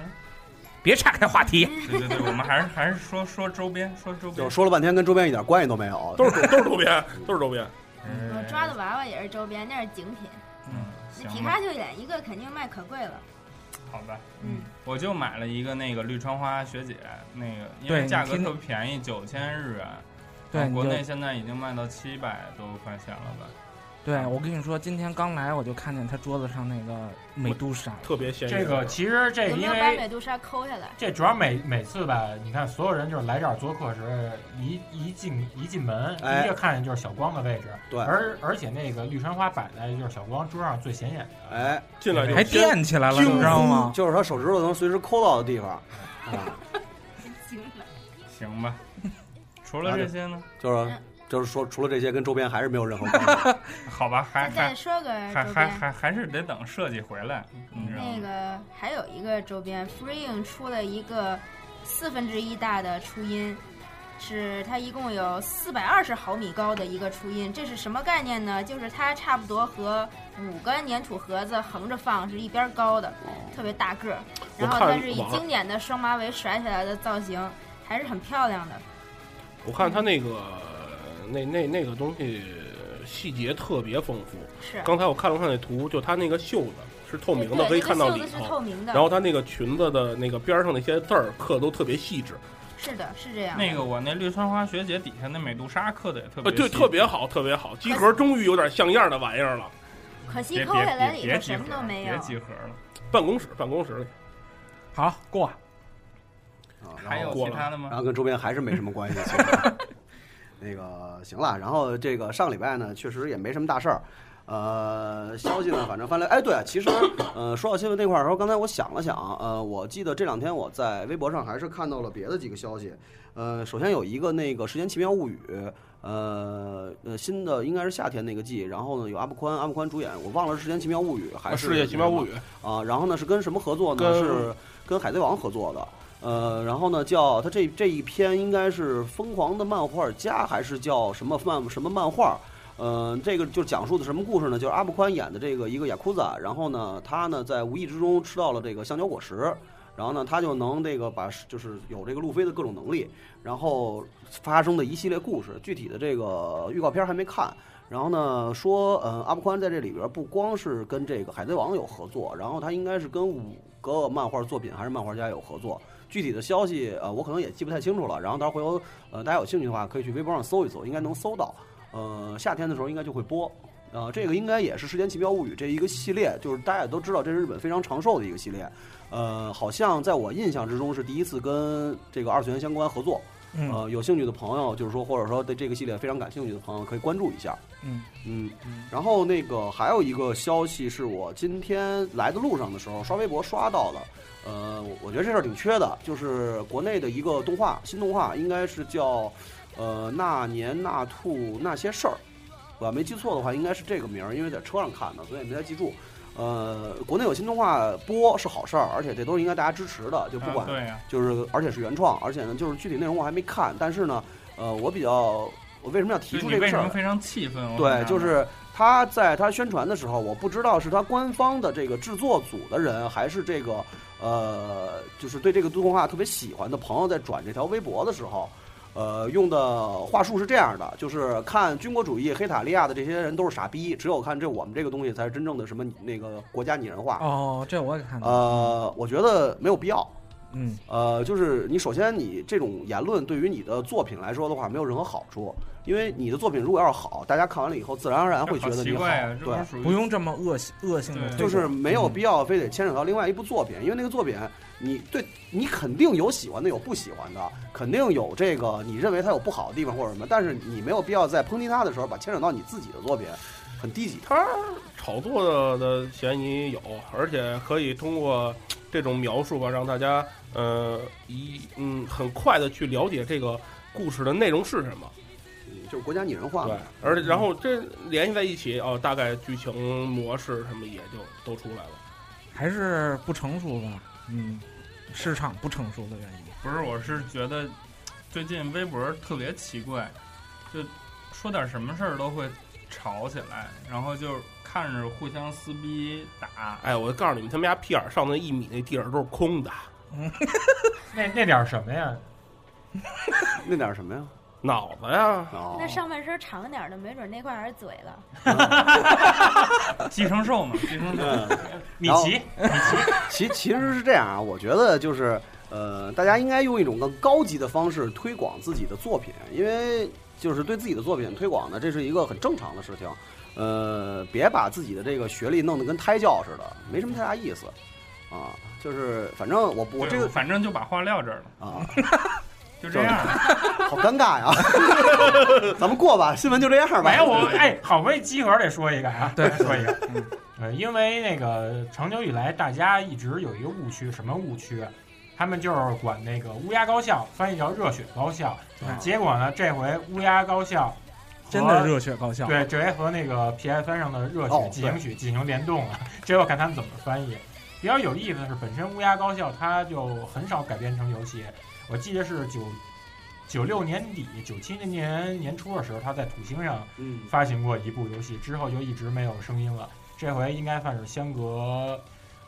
S8: 别岔开话题，
S3: 对对对，我们还是还是说说周边，说周
S5: 就
S3: 边
S5: 是。说了半天跟周边一点关系都没有，
S4: 都是都是周边，都是周边。
S7: 我抓的娃娃也是周边，那是精品。
S3: 嗯，
S7: 那皮
S3: 行吧
S7: 卡，丘脸一个肯定卖可贵了。
S3: 好吧，
S7: 嗯，
S3: 我就买了一个那个绿川花学姐，那个因
S8: 对
S3: 为
S8: 你
S3: 价格
S8: 听
S3: 特别便宜，九千日元。 啊
S8: 对，你
S3: 国
S8: 就
S3: 内现在已经卖到七百多块钱了吧？
S8: 对我跟你说，今天刚来我就看见他桌子上那个美杜莎，
S4: 特别鲜艳。
S6: 这个其实这
S7: 有
S6: 个
S7: 没
S6: 因
S7: 有把
S6: 为
S7: 美杜莎抠下来？
S6: 这主要每每次吧，你看所有人就是来这儿做客时，一一进一进门，
S5: 哎
S6: 第一个看见就是小光的位置，
S5: 对
S6: 而而且那个绿川花摆在就是小光桌上最显眼的，
S5: 哎，
S4: 进来就
S8: 还
S4: 先
S8: 垫起来了，你知道吗？
S5: 就是他手指头能随时抠到的地方，啊，
S7: 行了，
S3: 行吧。 除了这些呢？嗯
S5: 就是就是说除了这些跟周边还是没有任何 关系。
S3: 好吧，还
S7: 再再
S3: 还
S7: 说个
S3: 还
S7: 周
S3: 还
S7: 边。
S3: 还还是得等设计回来，你知道
S7: 那
S3: 吗？
S7: 个还有一个周边，Freeing 出了一个四分之一大的初音，是它一共有四百二十毫米高的一个初音，这是什么概念呢？就是它差不多和五个粘土盒子横着放是一边高的，特别大个儿。
S4: 哦我
S7: 然后
S4: 看
S7: 它是以
S4: 网上
S7: 经典的双马尾甩起来的造型，还是很漂亮的。
S4: 我看他那个那那那个东西细节特别丰富。
S7: 是，
S4: 刚才我看了看那图，就他那个袖子是透
S7: 对
S4: 明
S7: 对，
S4: 的，
S7: 那
S4: 可以
S7: 个
S4: 看到
S7: 袖
S4: 里
S7: 子是透
S4: 头。
S7: 明的，
S4: 然后他那个裙子的那个边上那些字儿刻都特别细致，
S7: 是的，是这样。
S3: 那个我那绿川花学姐底下那美杜莎刻的也
S5: 哦
S3: 特
S4: 呃，
S3: 别
S4: 对，
S3: 细
S4: 特别好，特别好。机壳终于有点像样的玩意儿了。
S7: 可惜
S3: 别
S7: 抠
S3: 别
S7: 下来
S3: 别
S7: 里
S3: 别
S7: 头
S3: 集
S7: 什么
S3: 合
S7: 都
S3: 了，
S7: 没有
S3: 别。集合了。
S4: 办公室，办公室里
S8: 好，过。
S5: 啊然后
S3: 还有
S4: 过
S3: 其
S4: 了
S3: 他的吗
S5: 然？后跟周边还是没什么关系。其实那个行了，然后这个上礼拜呢，确实也没什么大事儿。呃，消息呢，反正翻来，哎，对，其实，呃，说到新闻那块儿的时候，刚才我想了想，呃，我记得这两天我在微博上还是看到了别的几个消息，呃，首先有一个那个《时间奇妙物语》，呃，呃，新的应该是夏天那个季，然后呢有阿部宽，阿部宽主演，我忘了是《时间奇妙物语》还
S4: 《
S5: 是
S4: 啊世界奇妙物语》
S5: 啊，然后呢是跟什么合作呢？
S4: 跟
S5: 是跟海贼王合作的。呃，然后呢，叫它这这一篇应该是《疯狂的漫画家》，还是叫什么漫什么漫画？呃，这个就讲述的什么故事呢？就是阿部宽演的这个一个雅库扎，然后呢，他呢在无意之中吃到了这个橡胶果实，然后呢，他就能这个把就是有这个路飞的各种能力，然后发生的一系列故事，具体的这个预告片还没看。然后呢，说，嗯，阿布宽在这里边不光是跟这个海贼王有合作，然后他应该是跟五个漫画作品还是漫画家有合作。具体的消息，呃，我可能也记不太清楚了。然后到时候回头，呃，大家有兴趣的话，可以去微博上搜一搜，应该能搜到。呃，夏天的时候应该就会播。呃，这个应该也是《世间奇妙物语》这一个系列，就是大家也都知道，这是日本非常长寿的一个系列。呃，好像在我印象之中是第一次跟这个二次元相关合作。
S8: 嗯
S5: 呃，有兴趣的朋友，就是说或者说对这个系列非常感兴趣的朋友，可以关注一下。
S8: 嗯
S5: 嗯，然后那个还有一个消息是我今天来的路上的时候刷微博刷到的，呃，我我觉得这事儿挺缺的，就是国内的一个动画新动画，应该是叫呃那年那兔那些事儿，我要没记错的话，应该是这个名儿，因为在车上看的，所以没太记住。呃，国内有新动画播是好事儿，而且这都是应该大家支持的，就不
S3: 啊
S5: 管
S3: 对呀，
S5: 就是而且是原创，而且呢，就是具体内容我还没看，但是呢，呃，我比较我为什么要提
S3: 就
S5: 出
S3: 你
S5: 这个
S3: 为
S5: 事
S3: 什
S5: 儿
S3: 么
S5: 呢？
S3: 非常气愤？我很
S5: 对，
S3: 纳
S5: 就
S3: 闷
S5: 是他在他宣传的时候，我不知道是他官方的这个制作组的人，还是这个呃，就是对这个动画特别喜欢的朋友在转这条微博的时候，呃，用的话术是这样的，就是看军国主义黑塔利亚的这些人都是傻逼，只有看这我们这个东西才是
S3: 哦
S5: 真正的什么那个国家拟人化。呃
S8: 哦，这我也看到。
S5: 呃，我觉得没有必要。
S8: 嗯，
S5: 呃，就是你首先你这种言论对于你的作品来说的话，没有任何好处，因为你的作品如果要是好，大家看完了以后自然而然会觉得
S3: 好奇
S5: 你好，
S3: 怪啊，这
S5: 对
S3: 不是。嗯属于
S8: 不用这么恶性恶性的推
S3: 对
S8: 广，
S5: 就是没有必要非得牵扯到另外一部作品，因为那个作品，你对你肯定有喜欢的，有不喜欢的，肯定有这个你认为它有不好的地方或者什么，但是你没有必要在抨击它的时候把牵扯到你自己的作品，很低级。
S4: 他炒作的嫌疑有，而且可以通过这种描述吧，让大家呃一嗯很快的去了解这个故事的内容是什么。
S5: 嗯就是国家拟人化
S4: 对
S5: 嘛，，
S4: 啊而然后这联系在一起哦，大概剧情模式什么也就都出来了。
S8: 还是不成熟吧，嗯，市场不成熟的原因。
S3: 不是，我是觉得最近微博特别奇怪，就说点什么事儿都会吵起来，然后就看着互相撕逼打。
S4: 哎，我告诉你们，他们家屁眼儿上那一米那地儿都是空的，
S6: 那那点儿什么呀？
S5: 那点儿什么呀？
S4: 脑子啊 呀，
S5: 哦
S7: 那上半身长点儿的，没准那块儿还是嘴了。
S3: 寄生兽嘛，寄生兽。
S5: 嗯
S6: 米
S5: 然后
S6: 奇，
S5: 其其实是这样啊，我觉得就是呃，大家应该用一种更高级的方式推广自己的作品，因为就是对自己的作品推广呢，这是一个很正常的事情。呃，别把自己的这个学历弄得跟胎教似的，没什么太大意思啊。就是反正我不我这
S3: 对
S5: 个
S3: 反正就把话撂这儿了，
S5: 啊，
S3: 就这样。
S5: 好尴尬呀。 咱们过吧，新闻就这样吧。
S6: 没有我哎，好不容易集合得说一个啊，对，说一个，嗯，呃因为那个长久以来大家一直有一个误区，什么误区？啊他们就是管那个乌鸦高校翻译叫热血高校，
S5: 啊
S6: 结果呢，这回乌鸦高校
S3: 啊
S6: 和
S8: 真的热血高校，
S6: 对，这回和那个 PS 上的热
S5: 哦
S6: 血进行曲进行联动了，这要看他们怎么翻译。比较有意思的是，本身《乌鸦高校》它就很少改编成游戏，我记得是九九六年底、九七年年初的时候，它在土星上
S5: 嗯，
S6: 发行过一部游戏，之后就一直没有声音了。这回应该算是相隔，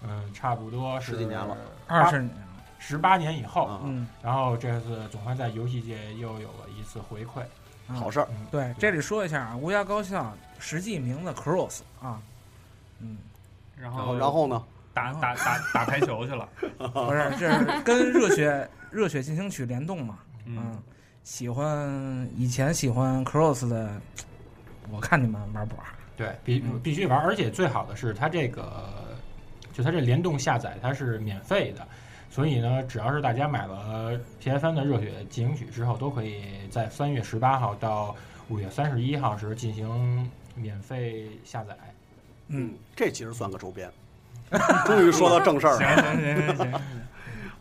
S6: 嗯，差不多是
S5: 十几年了，
S8: 二十年了，
S6: 十八年以后，
S5: 啊
S8: 嗯，
S6: 然后这次总算在游戏界又有了一次回馈。
S8: 啊
S5: 好事儿。
S6: 嗯，
S8: 对，这里说一下啊，乌鸦高校实际名字 Cross 啊，嗯，
S3: 然
S5: 然
S3: 后
S5: 后然后呢？
S3: 打打打打排球去了。
S5: 啊
S8: 不是，这是跟热血 热血进行曲联动嘛，
S3: 嗯
S8: 嗯，喜欢以前喜欢 Cross 的，我看你们玩不玩？
S6: 对，必
S8: 嗯
S6: 必须玩，而且最好的是它这个，就它这联动下载它是免费的，所以呢，只要是大家买了 PS 三的《热血进行曲》之后，都可以在三月十八号到五月三十一号时进行免费下载。
S8: 嗯，，
S5: 这其实算个周 边。终于说到正事儿了。
S3: 行行行行行，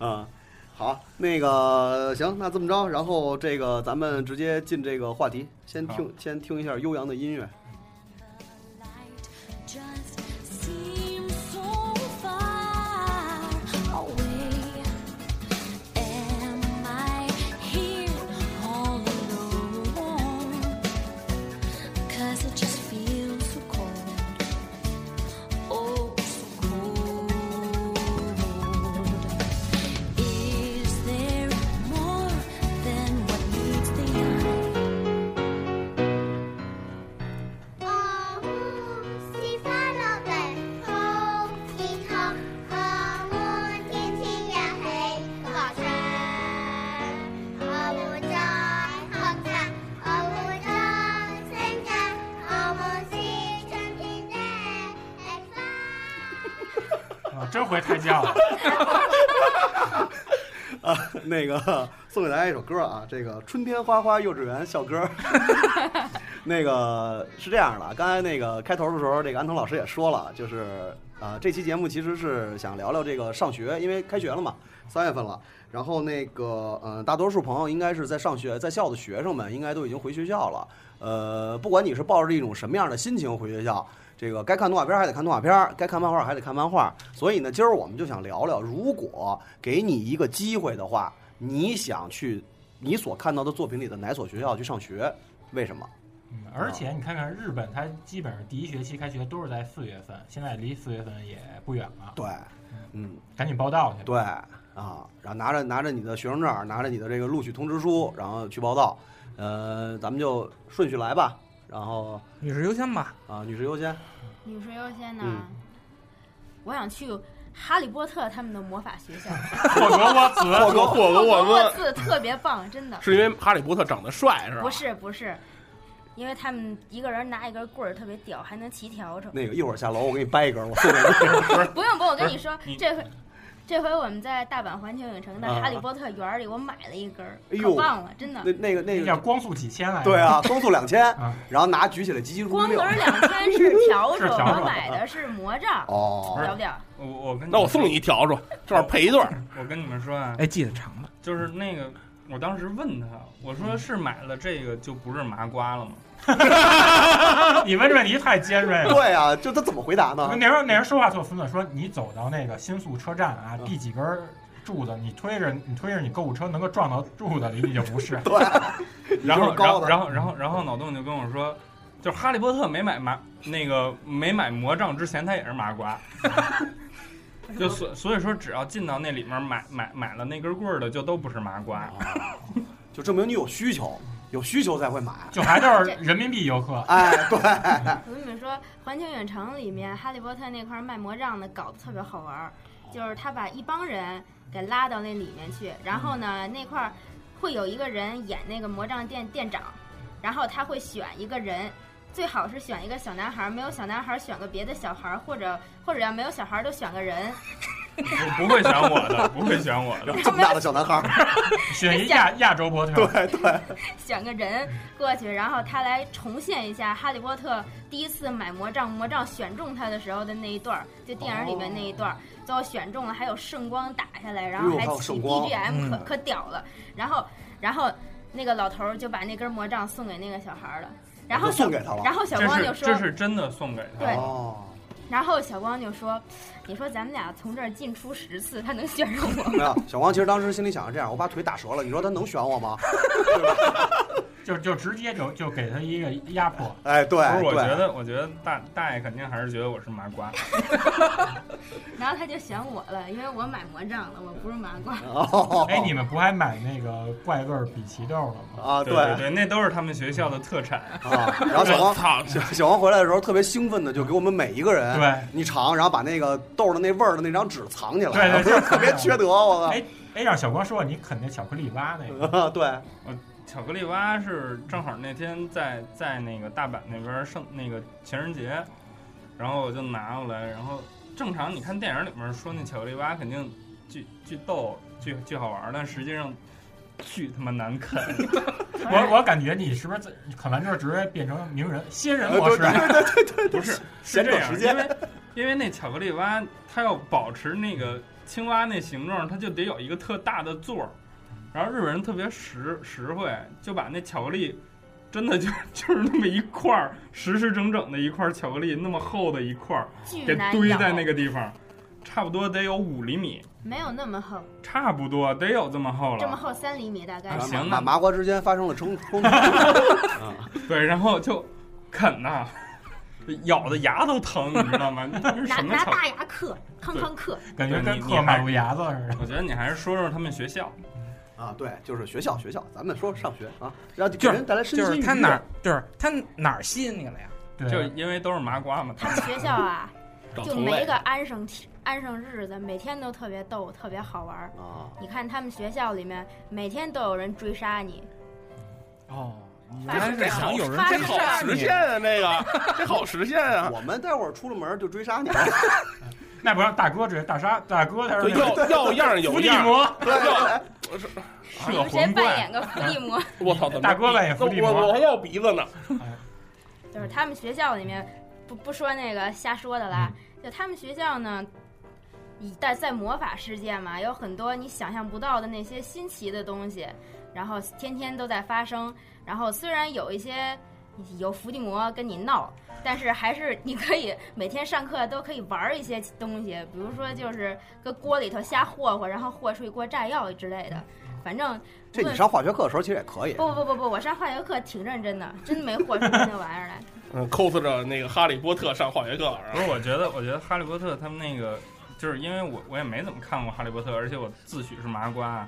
S5: 啊，好，那个行，那这么着，然后这个咱们直接进这个话题，先听先听一下悠扬的音乐。
S9: Just seems so far away. Am I here all alone? 'Cause it just feels so cold. Oh, so cold. Is there more than what meets the eye?
S6: 啊，真回胎教了，
S5: 那个送给大家一首歌啊，这个《春天花花幼稚园校歌》。那个是这样的，啊刚才那个开头的时候，这个安藤老师也说了，就是啊、呃这期节目其实是想聊聊这个上学，因为开学了嘛，三月份了。然后那个，嗯、大多数朋友应该是在上学，在校的学生们应该都已经回学校了。呃，不管你是抱着一种什么样的心情回学校，这个该看动画片儿还得看动画片儿，该看漫画儿还得看漫画儿。所以呢，今儿我们就想聊聊，如果给你一个机会的话，你想去你所看到的作品里的哪所学校去上学？为什么？
S6: 嗯，
S5: 啊
S6: 而且你看看日本，它基本上第一学期开学都是在四月份，现在离四月份也不远了，
S5: 对，嗯，
S6: 赶紧报道去吧。
S5: 对啊，然后拿着拿着你的学生证儿，拿着你的这个录取通知书，然后去报道。呃，咱们就顺序来吧。然后
S8: 女士优先吧，
S5: 啊，女士优先。
S7: 女士优先呢？
S5: 嗯
S7: 我想去哈利波特他们的魔法学校，
S6: 霍格沃茨，
S4: 霍格霍格沃
S7: 沃
S4: 兹
S7: 兹特别棒，真的。
S4: 是啊因为哈利波特长得帅是吧？
S7: 不是不是，因为他们一个人拿一根棍儿特别屌，还能骑笤帚。
S5: 那个一会儿下楼我给你掰一根，我送给 你。
S7: 不用不用，我跟你说
S3: 你，
S7: 这回这回我们在大阪环球影城的
S5: 啊
S7: 哈利波特园儿里，我买了一根儿，
S5: 哎呦
S7: 可棒了，真的。
S5: 那那个那
S6: 那叫
S5: 个，
S6: 光速几千来。
S5: 对，啊，光速两千
S6: 啊，
S5: 然后拿举起来急急如
S7: 光
S5: 律
S7: 轮
S5: 令。
S7: 儿两千是 笤
S6: 是
S7: 帚，
S6: 笤帚
S7: 我买的是魔杖，
S5: 哦，
S7: 屌不屌？
S3: 我我跟
S4: 那我送你一笤帚，正好配一对儿。
S3: 我跟你们说啊，
S8: 哎，记得长了，
S3: 就是那个，我当时问他，我
S5: 嗯
S3: 说是买了这个就不是麻瓜了吗？
S6: 你问这问题太尖锐了。
S5: 对啊，就他怎么回答呢？
S6: 那时候那人说话特孙子，说你走到那个新宿车站啊，
S3: 嗯
S6: 第几根柱子，你推着你推着你购物车能够撞到柱子里，你就 不是。
S3: 然后，
S5: 你就是
S3: 然
S5: 高
S3: 后，
S5: 的
S3: 然后，然后，然后脑洞就跟我说，就是哈利波特没买麻那个没买魔杖之前，他也是 麻瓜。就所所以说，只要进到那里面买买买了那根棍儿的，就都不是麻瓜。
S5: 就证明你有需求，有需求才会 买。
S6: 就还就是人民币游客，
S5: 哎，对，
S7: 我跟你们说，环球影城里面哈利波特那块儿卖魔杖的搞得特别好玩儿，就是他把一帮人给拉到那里面去，然后呢那块儿会有一个人演那个魔杖店店长，然后他会选一个人。最好是选一个小男孩儿，没有小男孩儿选个别的小孩儿，或者或者要没有小孩儿就选个人，
S3: 不不会选我的，不会选 我的。
S5: 这么大的小男孩儿，
S6: 选一亚亚洲模特，
S5: 对对，
S7: 选个人过去，然后他来重现一下哈利波特第一次买魔杖，魔杖选中他的时候的那一段儿，就电影里面那一
S5: 哦
S7: 段儿，最后选中了，还有圣光打下来，然后
S5: 哎
S7: 还
S5: 呦还有
S7: 起
S5: 圣光
S7: BGM，可、
S8: 嗯
S7: 可屌了。然后，然后那个老头儿就把那根魔杖送给那个小孩儿了，然后
S5: 啊就
S7: 小
S5: 送给他了
S7: 然后小
S3: 这
S7: 光就是说
S3: 这，是真的送给他。
S7: 对
S5: 哦，
S7: 然后小光就说，你说咱们俩从这儿进出十次，他能选上我？
S5: 没有。小光其实当时心里想是这样：我把腿打折了，你说他能选我吗？
S6: 就就直接就就给他一个压迫。
S5: 哎，对，
S3: 不是，我觉
S5: 对，啊
S3: 得，我觉得大大爷肯定还是觉得我是麻瓜。
S7: 然后他就选我了，因为我买魔杖了，我不是麻瓜。
S5: 哦，
S6: 哎，你们不还买那个怪味儿比奇豆了吗？
S5: 啊，
S3: 对对对，那都是他们学校的特产。
S5: 啊，然后小
S4: 我
S5: 王
S4: 操！
S5: 小小王回来的时候特别兴奋的，就给我们每一个人，
S6: 对，
S5: 你尝，然后把那个豆的那味儿的那张纸藏起来，
S6: 对对 对
S5: 特别缺德，
S3: 哦
S5: 我
S6: 哎哎，让小光说你啃那巧克力蛙那
S3: 嗯
S6: 个，
S5: 操，啊，对，
S3: 巧克力蛙是正好那天在在那个大阪那边儿圣那个情人节，然后我就拿过来，然后正常你看电影里面说那巧克力蛙肯定巨巨逗巨巨好玩儿，但实际上巨他妈难啃。
S6: 我我感觉你是不是在啃完之后直接变成名人新人模式？
S3: 呃 不是是
S5: 闲
S3: 这
S5: 整
S3: 样，
S5: 时间
S3: 因为因为那巧克力蛙它要保持那个青蛙那形状，它就得有一个特大的座儿。然后日本人特别实实惠，就把那巧克力真的就就是那么一块儿，实实整整的一块儿巧克力，那么厚的一块儿
S7: 巨
S3: 给
S7: 难
S3: 堆
S7: 咬
S3: 在那个地方，差不多得有五厘米，
S7: 没有那么厚，
S3: 差不多得有这么厚
S7: 这么
S3: 了。
S7: 厚三厘米大概
S3: 啊
S5: 然后
S7: 是。
S3: 行
S5: 麻
S3: 那
S5: 麻瓜之间发生了冲冲突，
S3: 对，然后就啃呐、咬的牙都疼，你知道吗？那是
S7: 拿
S3: 什么
S7: 拿
S3: 巧克力？
S7: 大牙嗑，康康嗑，
S6: 感觉
S3: 对
S6: 跟
S3: 你
S6: 嗑
S3: 你
S6: 马
S3: 还
S6: 路牙子似的。
S3: 我觉得你还是说说他们学校。
S5: 啊，对，就是学校学校，咱们说上学啊，然后给
S8: 就是
S5: 人带来身
S8: 就
S5: 心愉
S8: 是
S5: 悦
S8: 他哪儿，就是他哪儿吸引你了呀？
S3: 就
S6: 对，
S3: 因为都是麻瓜嘛。
S7: 他们学 校啊
S4: 找
S7: 就
S4: 同
S7: 没
S4: 类
S7: 个安生天安生日子，每天都特别逗，特别好玩儿。
S5: 啊，
S7: 你看他们学校里面每天都有人追杀你，
S8: 哦，你
S7: 原来
S8: 是想有人
S7: 这
S4: 这
S8: 追
S4: 好
S8: 杀
S4: 实
S8: 你
S4: 现，啊，这个这好实现啊！
S5: 我们待会儿出了门就追杀你，啊
S6: 那不让大哥直接大杀大哥，他是
S4: 对，
S6: 那
S4: 要要样儿
S6: 个
S4: 有
S6: 伏地
S4: 样儿。
S6: 魔。
S4: 要
S7: 你
S3: 摄
S7: 们谁
S3: 魂
S7: 啊扮
S3: 怪
S7: 演个伏地魔？
S4: 我操！怎么
S6: 大哥扮演伏地魔
S4: 我我还要鼻子呢。
S7: 就是他们学校里面不不说那个瞎说的啦，就他们学校呢。以在在魔法世界嘛，有很多你想象不到的那些新奇的东西，然后天天都在发生。然后虽然有一些有伏地魔跟你闹，但是还是你可以每天上课都可以玩儿一些东西，比如说就是搁锅里头瞎霍霍，然后霍出一锅炸药之类的。反正
S5: 这
S7: 无论
S5: 你上化学课的时候其实也可以，
S7: 不不不不，我上化学课挺认真的，真没霍出那玩意儿来。
S4: 嗯，cos 着那个哈利波特上化学课，啊然
S3: 不
S4: 后
S3: 是，我觉得，我觉得《哈利波特》他们那个，就是因为我我也没怎么看过《哈利波特》，而且我自诩是麻瓜啊，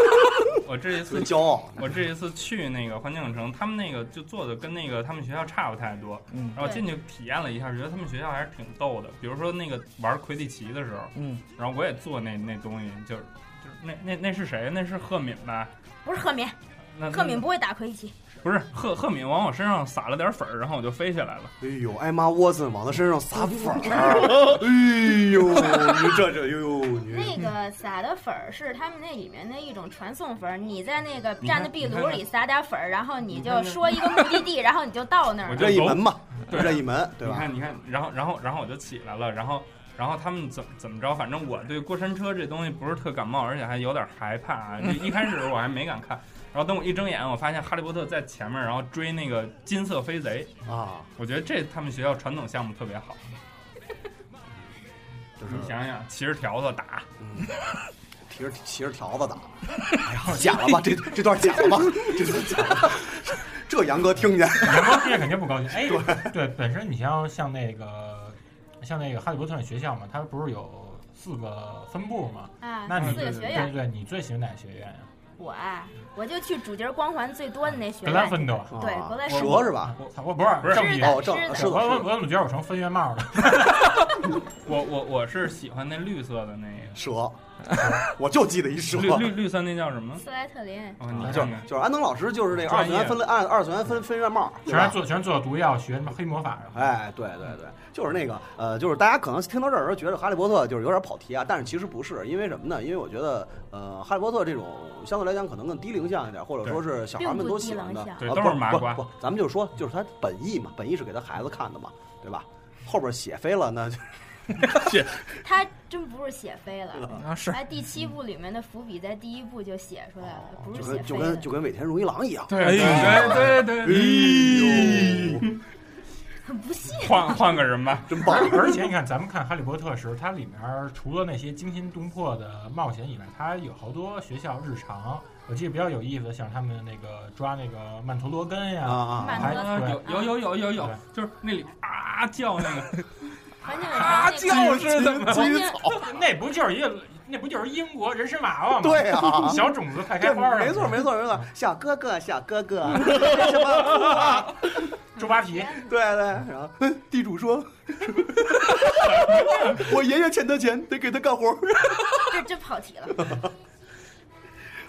S3: 我这一
S5: 特别
S3: 次
S5: 骄傲。
S3: 我这一次去那个环境影城，他们那个就做的跟那个他们学校差不太多，
S8: 嗯
S3: 然后进去体验了一下，觉得他们学校还是挺逗的。比如说那个玩魁地奇的时候，
S8: 嗯，
S3: 然后我也做那那东西，就是就是那那那是谁？那是赫敏吧？
S7: 不是赫敏，
S3: 那
S7: 赫敏不会打魁地奇，
S3: 不是赫赫敏往我身上撒了点粉儿，然后我就飞起来了。
S5: 哎呦，艾玛沃森往他身上撒粉儿， 哎呦，你这这，哎呦，你
S7: 那个撒的粉儿是他们那里面的一种传送粉儿，你在那个
S3: 你看
S7: 站的壁炉里撒点粉儿，然后你就说一个目的地，然后你就到那儿
S3: 我
S7: 了。
S5: 任意门嘛，任意门，对啊
S3: 你
S5: 吧？
S3: 看，你看，然后，然后，然后我就起来了，然后，然后他们怎么怎么着？反正我对过山车这东西不是特感冒，而且还有点害怕啊。就一开始我还没敢看，然后等我一睁眼，我发现哈利波特在前面，然后追那个金色飞贼。
S5: 啊，
S3: 我觉得这他们学校传统项目特别 好。
S5: 就是
S3: 你想想，骑着条子打，
S5: 提着骑着条子打。 哎呀，剪了吧，这这段剪了吧， 这段剪了 吧。这杨哥听见，
S6: 杨光听着肯定不高 兴。哎，对，本身你像像那个像那个哈利波特学校嘛，它不是有四个分部嘛？
S7: 啊，
S6: 那你
S7: 四个学
S6: 对
S7: 院
S6: 对，，对你最喜欢哪个学院呀？
S7: 我啊，我就去主角光环最多的那学
S6: 格
S7: 院，
S6: 兰芬多。
S7: 对，
S5: 啊
S7: 格兰芬
S5: 蛇
S7: 多
S5: 是
S6: 啊
S5: 吧？
S6: 操，我不是
S3: 不是
S6: 正
S7: 是
S6: 义。
S7: 的
S5: 哦，正
S7: 是的
S5: 是
S6: 我
S5: 的，
S6: 我
S5: 是的
S6: 我怎么觉得我成分院帽了？
S3: 我我我是喜欢那绿色的那个，
S5: 蛇， 我就记得一蛇。
S3: 绿绿绿色那叫什么？
S7: 斯莱特林，
S3: 哦，你
S5: 就
S3: 看看，
S5: 就是安东老师就是这个二
S3: 专
S5: 次
S3: 业
S5: 元分类按二次元分分院帽，对
S6: 全是
S5: 吧？
S6: 做全是做毒药，学什么黑魔法什么的？
S5: 哎，对对对，就是那个呃，就是大家可能听到这儿的时候觉得《哈利波特》就是有点跑题啊，但是其实不是，因为什么呢？因为我觉得呃，《哈利波特》这种相对来讲可能更低龄向一点，或者说是小孩们都喜欢的，
S7: 并不
S3: 低
S5: 啊
S3: 龄向对都是麻瓜
S5: 不不不，咱们就说就是它本意嘛，本意是给他孩子看的嘛，对吧？后边写飞了那就
S7: 他真不是写飞了。
S8: 啊是，
S7: 哎，第七部里面的伏笔在第一部就写出来了，不是
S5: 就哦
S7: 写
S5: 跟就
S7: 飞
S5: 跟就
S7: 的，
S5: 跟尾田荣一郎一样，
S3: 对对对对
S5: 哎呦，
S7: 很不信。
S3: 换换个人吧。
S5: 真棒！
S6: 而而且你看，咱们看《哈利波特》时，它里面除了那些惊心动魄的冒险以外，它有好多学校日常。我记得比较有意思的，像他们那个抓那个曼陀罗根呀，
S5: 啊啊
S7: 曼
S6: 还
S7: 陀
S3: 啊
S6: 对
S3: 有有有有有有
S6: 对，
S3: 就是那里啊叫那个。
S7: 环境影城
S3: 是的，
S7: 那个环境
S6: 那不就是一个那不就是英国人参娃娃吗？
S5: 对啊
S6: 小种子快开
S5: 对，
S6: 花儿，
S5: 没错没错没错，小哥哥小哥 哥，为什么哭啊？
S6: 错，猪扒皮。
S5: 对啊对，然后哼地主说：“ 我爷爷欠他钱，得给他干活。
S7: 这这跑题了。”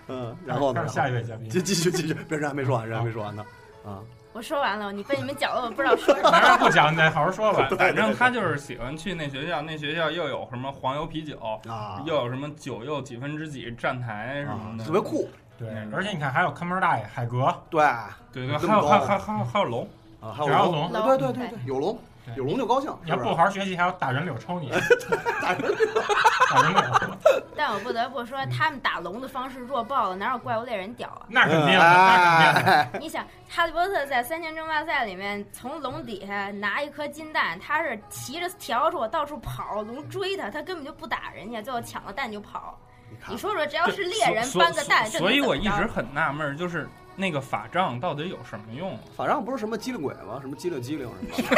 S5: 嗯，然后呢
S6: 看？下一位嘉 宾，
S5: 继继续继续，别人还没说完，人还没说完呢。啊，
S7: 我说完了，你被你们搅得我不知道说什么。
S6: 男人不讲，你得 好好说吧。
S3: 反反正他就是喜欢去那学校，那学校又有什么黄油啤酒，
S5: 啊
S3: 又有什么酒又几分之几站台什
S5: 啊
S3: 么的，
S5: 特别。酷，
S6: 对，而且你看，还有看门大爷海格，
S5: 对啊，
S3: 对对，
S5: 这
S3: 还
S5: 么
S3: 有
S5: 高
S3: 还有还有还有还有龙，
S5: 啊还有
S6: 只要
S5: 龙，
S6: 龙
S5: 对对对对，有龙，
S6: 对
S5: 有龙就高兴，
S6: 你
S5: 是啊
S6: 要
S5: 不
S6: 不
S5: 是？
S6: 好
S5: 嗯
S6: 好学习，还要打人柳 抽你。 打人柳，？
S7: 但我不得不说，他们打龙的方式弱爆了，哪有怪物猎人屌啊
S6: 那肯定的，那肯定的。
S5: 嗯哎，
S7: 你想，哈利波特在三千争霸赛里面从龙底下拿一颗金蛋，他是骑着笤帚到处跑，龙追他，他根本就不打人家，最后抢了蛋就跑。你说说，只要是猎人
S3: 所
S7: 搬个蛋，这
S3: 所所以
S7: 能
S3: 我
S7: 怎
S3: 一
S7: 么着
S3: 直很纳闷儿，就是那个法杖到底有什么用？
S5: 反正不是什么机灵鬼吗？什么机灵机灵什么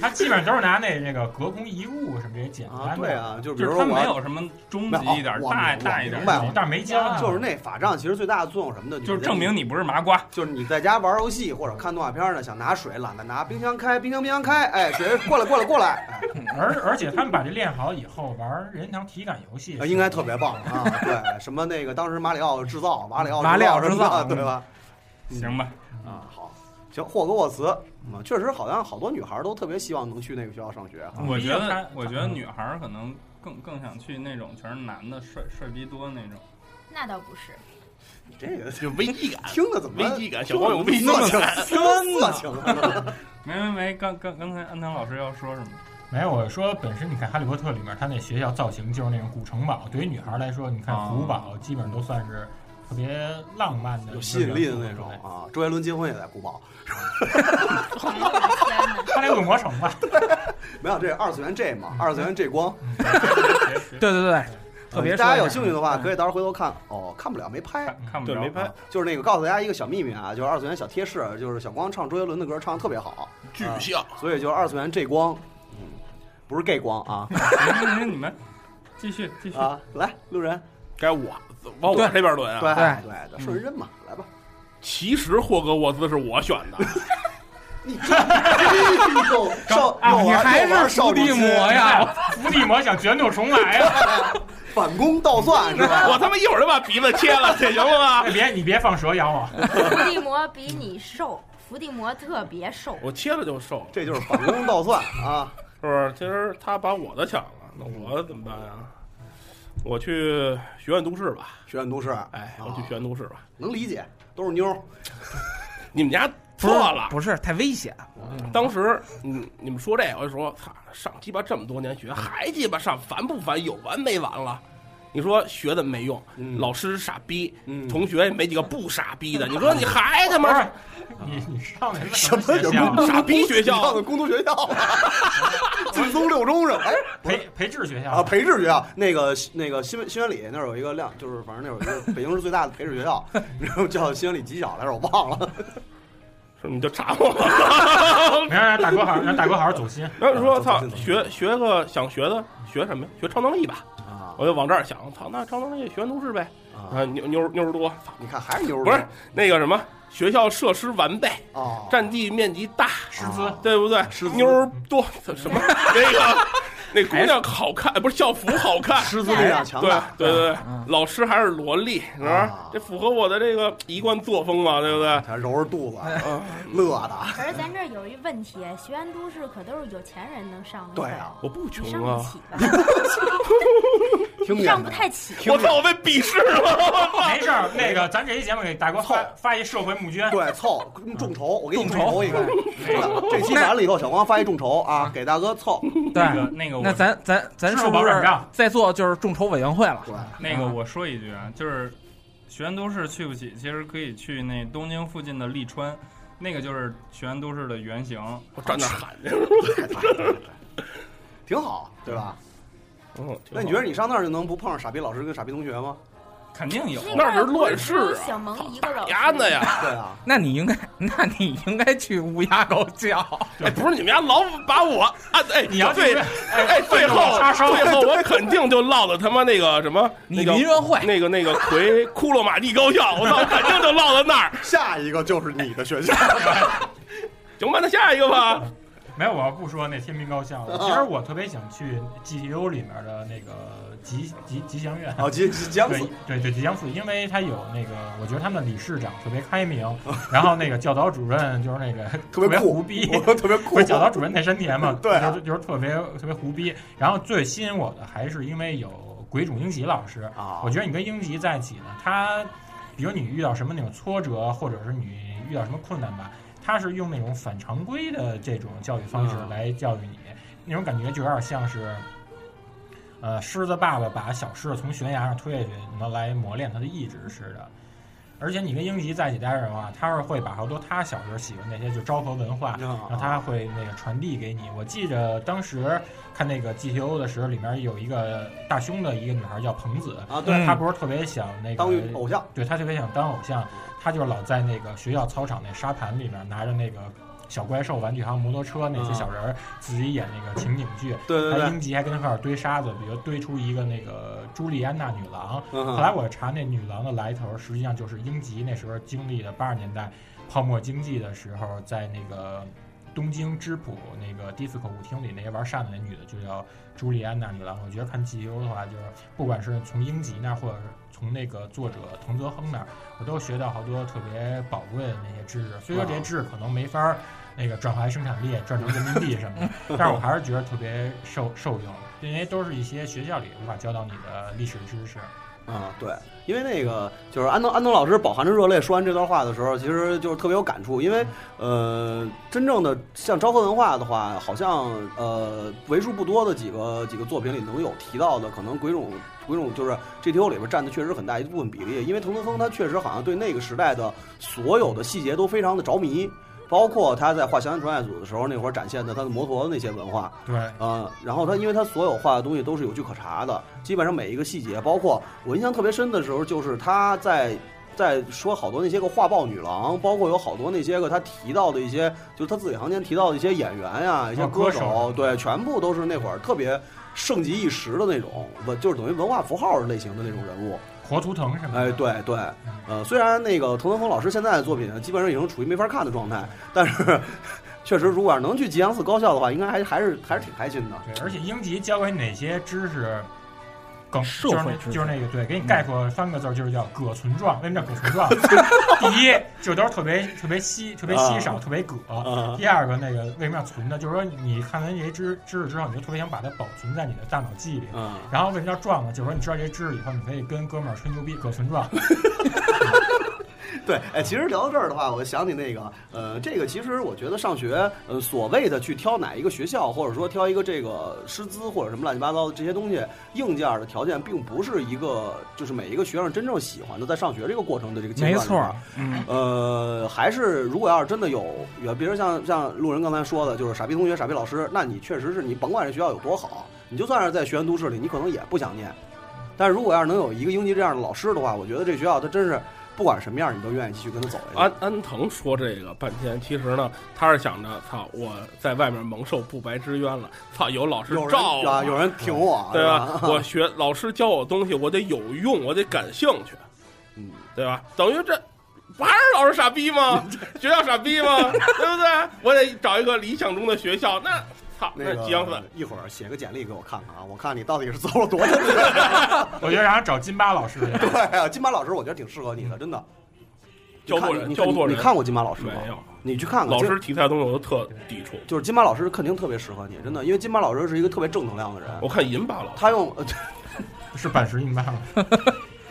S6: 他基本上都是拿那那个隔空移物什么这些简
S5: 的啊？
S6: 单
S5: 对
S6: 的，
S5: 啊，就比
S3: 就
S5: 如
S3: 是
S5: 说
S3: 它没
S5: 我要，
S3: 有什么终极一点儿、
S5: 没有我
S3: 大
S5: 明
S3: 大
S5: 我
S3: 一
S5: 明
S3: 点儿
S5: 白
S3: 的
S5: 了
S6: 有
S3: 东
S6: 但是没教啊，
S5: 就是那法杖其实最大的作用什么呢？
S3: 西，就是证明你不是麻瓜。
S5: 就是你在家玩游戏或者看动画片呢，想拿水懒得拿，冰箱开，冰箱冰箱开，哎，水过来过来过来，哎
S6: 而而且他们把这练好以后，玩任天堂体感游戏
S5: 呃，应该特别棒 啊！对，什么那个当时马里奥制造，马里奥
S8: 马里奥
S5: 制
S8: 制造
S5: 对吧？
S3: 行吧，
S5: 啊，好，行，霍格沃茨，嗯，确实好像好多女孩都特别希望能去那个学校上学啊。
S3: 我觉
S7: 嗯
S6: 他
S3: 得我觉得女孩儿可能更更想去那种全是男的帅帅逼多那种。
S7: 那倒不是，
S5: 这个
S2: 就危机感，
S5: 听着怎么
S2: 危机感，小光有危机
S5: 色情
S2: 感，，
S5: 听着色情啊，
S3: 没没没，刚刚刚才安藤老师要说什么？
S6: 没有，我说本身你看《哈利波特》里面，他那学校造型就是那种古城堡，对于女孩来说，你看
S3: 啊
S6: 古堡基本上都算是特别浪漫的、
S5: 有吸引力的那种啊。周杰伦结婚也在古堡，
S7: 哎呦我的天哪！
S6: 对。他来恶魔城吧，
S5: 没有这二次元 J 嘛，二次元 J 光，呃
S8: 对对对，特别
S5: 大家
S8: 说一下
S5: 有兴趣的话，可以到时候回头看。哦，看不了，没拍。
S3: 看看不
S2: 对，
S3: 着
S2: 没拍
S5: 啊，就是那个告诉大家一个小秘密啊，就是二次元小贴士，就是小光唱周杰伦的歌唱的特别好，
S2: 巨像，
S5: 所以就是二次元 J 光，嗯，不是 gay 光啊
S3: 行行行，你们继续继续。
S5: 啊！来，路人
S2: 该我
S4: 往我
S8: 对
S4: 这边抡啊。
S5: 对
S8: 对
S5: 对对，
S8: 嗯
S5: 顺时针嘛，来吧。
S4: 其实霍格沃兹是我选 的，
S5: 又少
S6: 啊
S5: 又
S8: 你
S5: 玩
S8: 还
S5: 又玩
S8: 是
S5: 少
S8: 伏
S5: 主
S8: 地魔
S5: 心
S8: 呀？
S6: 伏地魔想卷土重来啊！
S5: 反攻倒算是吧？
S4: 我他妈一会儿就把鼻子切了，这行了吗
S6: 哎？别你别放蛇咬我，
S7: 伏地魔比你瘦，伏地魔特别瘦。
S4: 我切了就瘦，
S5: 这就是反攻倒算啊！
S4: 是不是？其实他把我的抢了，那我怎么办呀？我去学院都市吧，
S5: 学院都市，
S4: 哎，我去学院都市吧。
S5: 能理解，都是妞儿。
S4: 你们家
S8: 不
S4: 错
S8: 是
S4: 了，
S8: 不是太危险。
S4: 当时你你们说这，我就说，操，上鸡巴这么多年学，还鸡巴上，烦不烦？有完没完了？你说学的没用，
S5: 嗯
S4: 老师傻逼，
S5: 嗯
S4: 同学也没几个不傻逼 的。你说你还他
S6: 不
S4: 妈
S6: 是你你上的什么学
S5: 什
S6: 校
S5: 么
S6: 啊？
S4: 傻逼学
S5: 上
S4: 校
S5: 的？工读学校啊，劲松六中什么？哎，不是
S6: 培培智学校
S5: 啊，培智学校那个那个新闻新源里那儿有一个亮，就是反正那会儿 就是北京市最大的培智学校，然后叫新源里几小来着，我忘了。
S4: 是你就查我吧。
S6: 没事，让大哥好好，让大哥好好走心。
S4: 然后说，操
S5: 走，走走
S4: 学学个想学的，学什么呀？学超能力吧。
S5: 啊
S4: 我就往这儿想，操，那超能力学都市呗。
S5: 啊！
S4: 啊，妞妞妞儿多，操
S5: 你看还是妞儿
S4: 不是哦那个什么学校设施完备，
S5: 啊，
S4: 占地面积大，
S6: 师资
S4: 对不对？
S5: 师资
S4: 妞儿多，操什么 那个那姑娘好看，不是校服好看。
S5: 师资力量哎强
S4: 对
S5: 大，
S4: 对对，
S8: 嗯
S4: 老师还是萝莉，是吧
S5: 啊？
S4: 这符合我的这个一贯作风嘛，对不对？
S5: 他揉着肚子
S4: 啊，
S5: 乐的，
S7: 可是咱这儿有一问题，学院都市可都是有钱人能上的，
S5: 对啊
S4: 我不穷
S7: 你上不
S4: 啊！
S7: 起吧？
S5: 听
S7: 你
S5: 见
S7: 上
S5: 没
S7: 不太起。
S4: 我操，我被鄙视了！
S6: 没事儿，那个咱这期节目给大哥发发一社会募捐，
S5: 对，凑众筹，我给你
S8: 众
S5: 众
S8: 筹
S5: 筹一 个。真的这期完了以后，小光发一众筹啊，给大哥 凑。
S3: 那个
S8: 对，
S3: 那个我
S8: 那咱咱咱
S6: 支
S8: 是
S6: 付宝
S8: 不
S6: 转
S8: 是
S6: 账
S8: 在做就是众筹委员会了？
S5: 对，
S3: 那个我说一句啊，就是学院都市去不起，其实可以去那东京附近的利川，那个就是学院都市的原型。
S4: 我站那儿喊去。
S5: 挺好，对吧？
S4: 嗯
S5: 那你觉得你上那儿就能不碰上傻逼老师跟傻逼同学 吗？
S3: 肯定有，
S4: 那是乱世
S7: 那会儿不是
S4: 啊！
S7: 小萌一个老师
S4: 丫的呀！
S5: 对啊，
S8: 那你应该， 那你应该去乌鸦狗叫。
S4: 哎，不是你们家老把我啊！哎，
S6: 你要
S4: 对，
S6: 去
S4: 哎，最后
S6: 插手
S4: 最后我肯定就落到他妈那个什么，
S8: 你
S4: 那个
S8: 民乐会
S4: 那个那个 奎库洛马蒂高校，我操，肯定就落到那儿。
S5: 下一个就是你的学校。
S4: 行吧，那下一个吧。
S6: 没有，我要不说那天兵高校了，其实我特别想去 GTO 里面的那个吉吉吉祥 院。
S5: 好，吉吉江
S6: 对
S5: 子，
S6: 对对，吉祥寺，因为他有那个，我觉得他们的理事长特别开明，然后那个教导主任就是那个
S5: 特别酷
S6: 胡逼，
S5: 我特别酷，
S6: 不。是教导主任太山田嘛
S5: 对啊
S6: 就是就是特别特别胡逼。然后最吸引我的还是因为有鬼冢英吉老师
S5: 啊
S6: 我觉得你跟英吉在一起呢，他比如你遇到什么那种挫折，或者是你遇到什么困难吧，他是用那种反常规的这种教育方式
S5: 嗯
S6: 来教育你，那种感觉就有点像是。呃，狮子爸爸把小狮子从悬崖上推下去，那么来磨练他的意志似的。而且你跟英吉在一起待着的话，他是会把好多他小时候喜欢那些就昭和文化，然后
S5: 啊，
S6: 他会那个传递给你。我记着当时看那个 GTO 的时候，里面有一个大胸的一个女孩叫彭子，
S5: 啊，对，
S6: 她不是特别想那个
S5: 当偶像
S6: 嗯对她特别想当偶像，她就老在那个学校操场那沙盘里面拿着那个小怪兽玩具，还有摩托车那些小人儿，自己演那个情景剧。
S5: 嗯对对
S6: 还
S5: 对，
S6: 英吉还跟他一块儿堆沙子，比如堆出一个那个朱莉安娜女郎。
S5: 嗯
S6: 后
S5: 哼嗯
S6: 来我查那女郎的来头，实际上就是英吉那时候经历的八十年代泡沫经济的时候，在那个东京芝浦那个 disco 舞厅里，那些玩扇子那女的就叫朱莉安娜女郎。我觉得看 GU 的话，就是不管是从英吉那儿，或者是从那个作者藤泽亨那儿，我都学到好多特别宝贵的那些知识。虽说这些知识可能没法儿那个转化生产力，转成人民币什么的，但是我还是觉得特别受受用，因为都是一些学校里无法教到你的历史知识。
S5: 啊，对，因为那个就是安东安东老师饱含着热泪说完这段话的时候，其实就是特别有感触，因为呃，真正的像昭和文化的话，好像呃为数不多的几个几个作品里能有提到的，可能鬼冢鬼冢就是 GTO 里边占的确实很大一部分比例，因为藤泽亨他确实好像对那个时代的所有的细节都非常的着迷。包括他在画《翔安专业组》的时候，那会儿展现的他的摩托的那些文化，
S6: 对，
S5: 啊，然后他因为他所有画的东西都是有据可查的，基本上每一个细节，包括我印象特别深的时候，就是他在在说好多那些个画报女郎，包括有好多那些个他提到的一些，就是他字里行间提到的一些演员呀、一些
S6: 啊
S5: 歌
S6: 歌手
S5: 对，全部都是那会儿特别盛极一时的那种文，就是等于文化符号类型的那种人物。
S6: 活图腾什么的。
S5: 哎，对对，
S6: 嗯
S5: 呃，虽然那个滕文峰老师现在的作品基本上已经处于没法看的状态，但是 确实，如果要是能去吉祥寺高校的话，应该还还是还是挺开心的。
S6: 对，而且英吉教给你哪些知识？梗
S8: 社
S6: 就是
S8: 会
S6: 那
S8: 知识嗯
S6: 就是那个对，给你概括三个字儿，就是叫“葛存壮”。为什么叫葛存 壮？第一，就都是特别特别稀、特别稀少、特别葛；
S5: 啊
S6: 第二个，那个为什么要存呢？就是说你看完这些知知识之后，你就特别想把它保存在你的大脑记忆里。
S5: 嗯，
S6: 然后为什么叫壮呢？就是说你知道这些知识以后，你可以跟哥们儿吹牛逼，葛存壮。
S5: 对，哎，其实聊到这儿的话，我想起那个，呃，这个其实我觉得上学，呃，所谓的去挑哪一个学校，或者说挑一个这个师资或者什么乱七八糟的这些东西，硬件的条件并不是一个就是每一个学生真正喜欢的，在上学这个过程的这个阶段。
S8: 没错儿，，嗯，
S5: 呃，还是如果要是真的有，有比如像像路人刚才说的，就是傻逼同学、傻逼老师，那你确实是你甭管这学校有多好，你就算是在学院都市里，你可能也不想念。但是如果要是能有一个英吉这样的老师的话，我觉得这学校他真是不管什么样，你都愿意继续跟他走下去。
S4: 安安藤说这个半天，其实呢，他是想着，操，我在外面蒙受不白之冤了，操，有老师
S5: 有人
S4: 罩
S5: 啊，
S4: 我，
S5: 有人挺我，
S4: 对
S5: 吧？
S4: 吧？我学老师教我东西，我得有用，我得感兴趣，
S5: 嗯，
S4: 对吧？等于这。不还是老师傻逼 吗？学校傻逼吗？对不对？我得找一个理想中的学校。那操，
S5: 那
S4: 吉祥
S5: 个
S4: 粉
S5: 一会儿写个简历给我看看啊，我看你到底是走了多远。
S6: 我觉得让人找金巴老师去。
S5: 对啊，金马老师我觉得挺适合你的，真的。你
S4: 教
S5: 看
S4: 做
S5: 你
S4: 人，
S5: 看
S4: 教做
S5: 你
S4: 人。
S5: 看过金马老师吗？
S4: 没有？
S5: 你去看看
S4: 老
S5: 这
S4: 师题材的东西我都特抵触。
S5: 就是金马老师肯定特别适合你，真的，因为金马老师是一个特别正能量的人。
S4: 我看银巴老师，
S5: 他用呃
S6: 是板石印巴吗？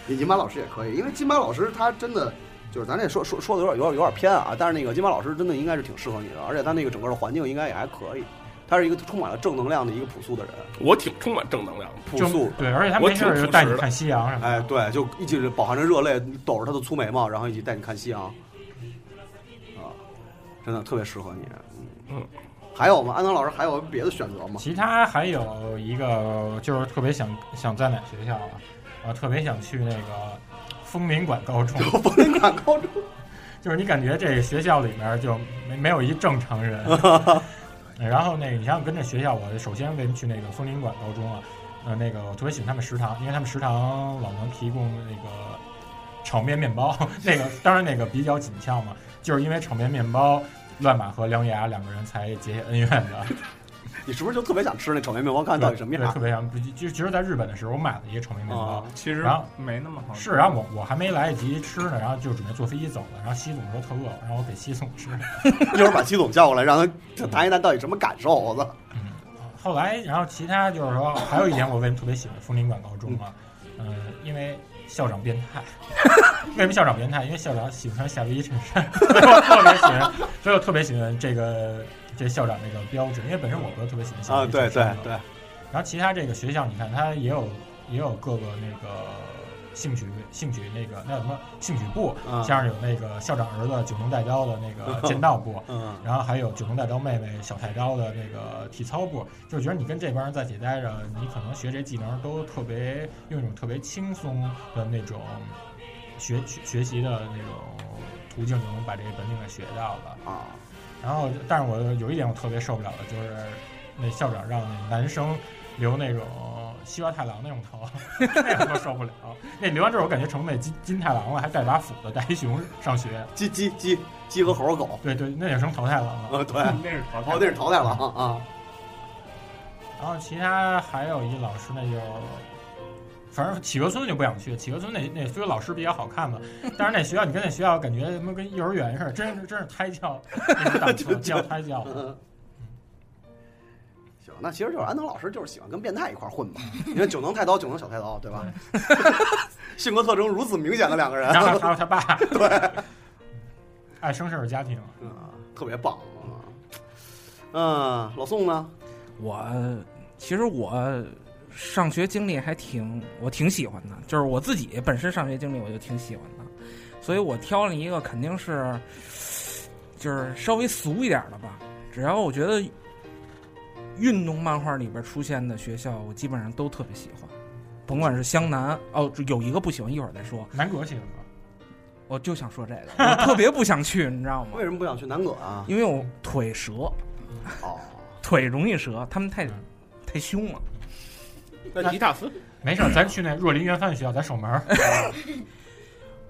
S5: 金马老师也可以，因为金马老师他真的就是咱这说说说的有点有点有点偏啊，但是那个金马老师真的应该是挺适合你的，而且他那个整个的环境应该也还可以。他是一个充满了正能量的一个朴素的人，
S4: 我挺充满正能量的。
S5: 朴素。
S6: 对，而且他没事儿就带你看夕阳什么的。
S5: 哎，对，就一起饱含着热泪，抖着他的粗眉毛，然后一起带你看夕阳，啊，真的特别适合你。嗯
S4: 嗯，
S5: 还有吗？安藤老师还有别的选择吗？
S6: 其他还有一个就是特别想想在哪学校啊？我特别想去那个风林馆高中，
S5: 我不能看高中。
S6: 就是你感觉这学校里面就没没有一正常人。然后那个你想想跟着学校，我首先为什么去那个风林馆高中啊？呃，那个我特别喜欢他们食堂，因为他们食堂老能提供那个炒面面包，那个当然那个比较紧俏嘛，就是因为炒面面包，乱马和梁牙两个人才结下恩怨的。
S5: 你是不是就特别想吃那炒面面包，看到底什么
S6: 对
S5: 样
S6: 特？别想，就就其实在日本的时候，我买了一个炒面面包
S5: 啊，
S3: 其实
S6: 然后
S3: 没那么好吃。
S8: 啊
S6: 是，然后我我还没来得及吃呢，然后就准备坐飞机走了，然后西总说特饿，然后我给西总吃。
S5: 一会儿把齐总叫过来，让他谈一谈到底什么感受。我操！
S6: 后来，然后其他就是说，还有一点我为什么特别喜欢枫林馆高中啊？嗯、因为校长变态。 为什么校长变态？因为校长喜欢穿夏威夷衬衫， 所以我特别喜欢，所以我特别喜欢这个这校长这个标志，因为本身我不是特别喜欢夏
S5: 啊，
S6: 威夷
S5: 对
S6: 衬
S5: 对
S6: 衫嘛
S5: 对，
S6: 然后其他这个学校，你看它也有也有各个那个兴趣兴趣那个那叫什么兴趣部，
S5: 嗯
S6: 像是有那个校长儿子九龙带刀的那个剑道部，
S5: 嗯，
S6: 然后还有九龙带刀妹妹小太刀的那个体操部，就觉得你跟这帮人在一起待着，你可能学这技能都特别用一种特别轻松的那种学学学习的那种途径就能把这个本领给学到了。
S5: 啊，
S6: 然后，但是我有一点我特别受不了的就是，那校长让那男生留那种西瓜太郎那种头， 那我特受不了。那留完之后，我感觉成那金金太郎了，还带把斧子，带一熊上学。
S5: 鸡鸡鸡鸡和猴狗，
S6: 对对，那也成淘汰郎了。
S5: 啊，对，哦，
S3: 那是淘汰。
S5: 那是淘汰狼啊，
S6: 然后其他还有一老师，那就。反正企鹅村就不想去，企鹅村那那虽然老师比较好看吧，但是那学校你跟那学校感觉他妈跟幼儿园似的，真是真是胎教，那种档次教胎教。
S5: 嗯。行，那其实就是安藤老师就是喜欢跟变态一块儿混嘛。你看九能太刀，九能小太刀，对吧？ 性格特征如此明显的两个人，
S6: 然后还有他爸，对，爱生事儿家庭。
S5: 啊，特别棒。啊嗯，老宋呢？
S8: 我其实我上学经历还挺我挺喜欢的，就是我自己本身上学经历我就挺喜欢的，所以我挑了一个肯定是就是稍微俗一点的吧。只要我觉得运动漫画里边出现的学校，我基本上都特别喜欢，甭管是湘南哦，有一个不喜欢，一会儿再说。
S6: 南哥喜欢吗？
S8: 我就想说这个，我特别不想去，你知道吗
S5: 为？什么不想去南葛啊？
S8: 因为我腿折，
S5: 哦，
S8: 腿容易折，他们太太凶了。
S4: 那吉塔斯
S6: 没事儿，咱去那若林元范学校，咱守门 儿。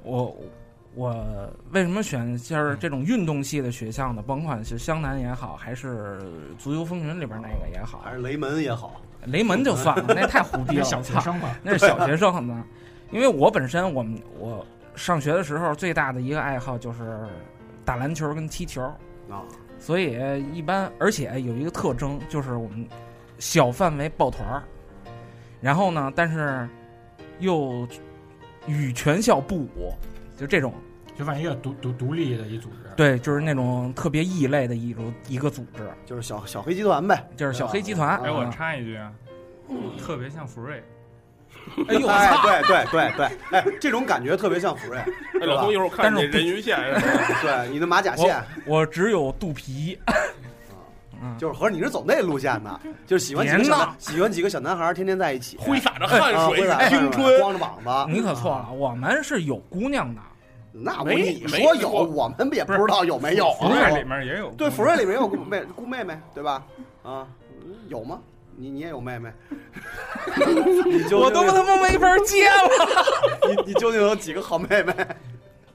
S8: 我我为什么选就是
S6: 嗯
S8: 这种运动系的学校呢？甭管是湘南也好，还是足球风云里边那个也好
S5: 还，是雷门也好，
S8: 雷门就算了， 那太胡逼
S5: 哎
S6: 别
S8: 了，
S6: 小学
S8: 操
S6: 生嘛，
S8: 那是小学生呢。因为我本身我们我上学的时候最大的一个爱好就是打篮球跟踢球，
S5: 啊，
S8: 所以一般而且有一个特征就是我们小范围抱团儿，然后呢，但是又与全校不武，就这种。
S6: 就反正一个独独独立的一组 织。
S8: 对，就是那种特别异类的一种一个组织，
S5: 就是小小黑集团呗。
S8: 就是小黑集团。
S3: 哎，我
S8: 啊
S3: 插一句啊，特别像福瑞，
S8: 哎呦我
S5: 哎
S8: 操！，
S5: 对对对对，哎，这种感觉特别像福瑞，
S4: 哎，老
S5: 吧
S4: 冯一会儿我看
S8: 但
S4: 你
S8: 是
S4: 人鱼线是吧，
S5: 对你的马甲线，
S8: 我只有肚皮。嗯，
S5: 就是合着你是走那路线的，就是喜欢几个
S8: 别
S5: 小
S8: 闹
S5: 男喜欢几个小男孩儿天天在一起，
S4: 挥洒着汗
S5: 啊，
S4: 水
S5: 挥洒
S4: 与青
S5: 哎
S4: 春。
S5: 光着膀子。
S8: 你可错了，我们是有姑娘的。
S5: 那我
S4: 没
S5: 你
S4: 没
S5: 说有，
S4: 说
S5: 我们也不知道有没有
S8: 哦
S3: 福
S5: 啊。
S3: 瑞里面也有
S5: 对，
S3: 姑娘
S5: 福瑞里面有姑妹姑妹妹，对吧？啊，有吗？你你也有妹妹？ 你究竟
S8: 我都他妈没法接了。
S5: 你你究竟有几个好妹 妹？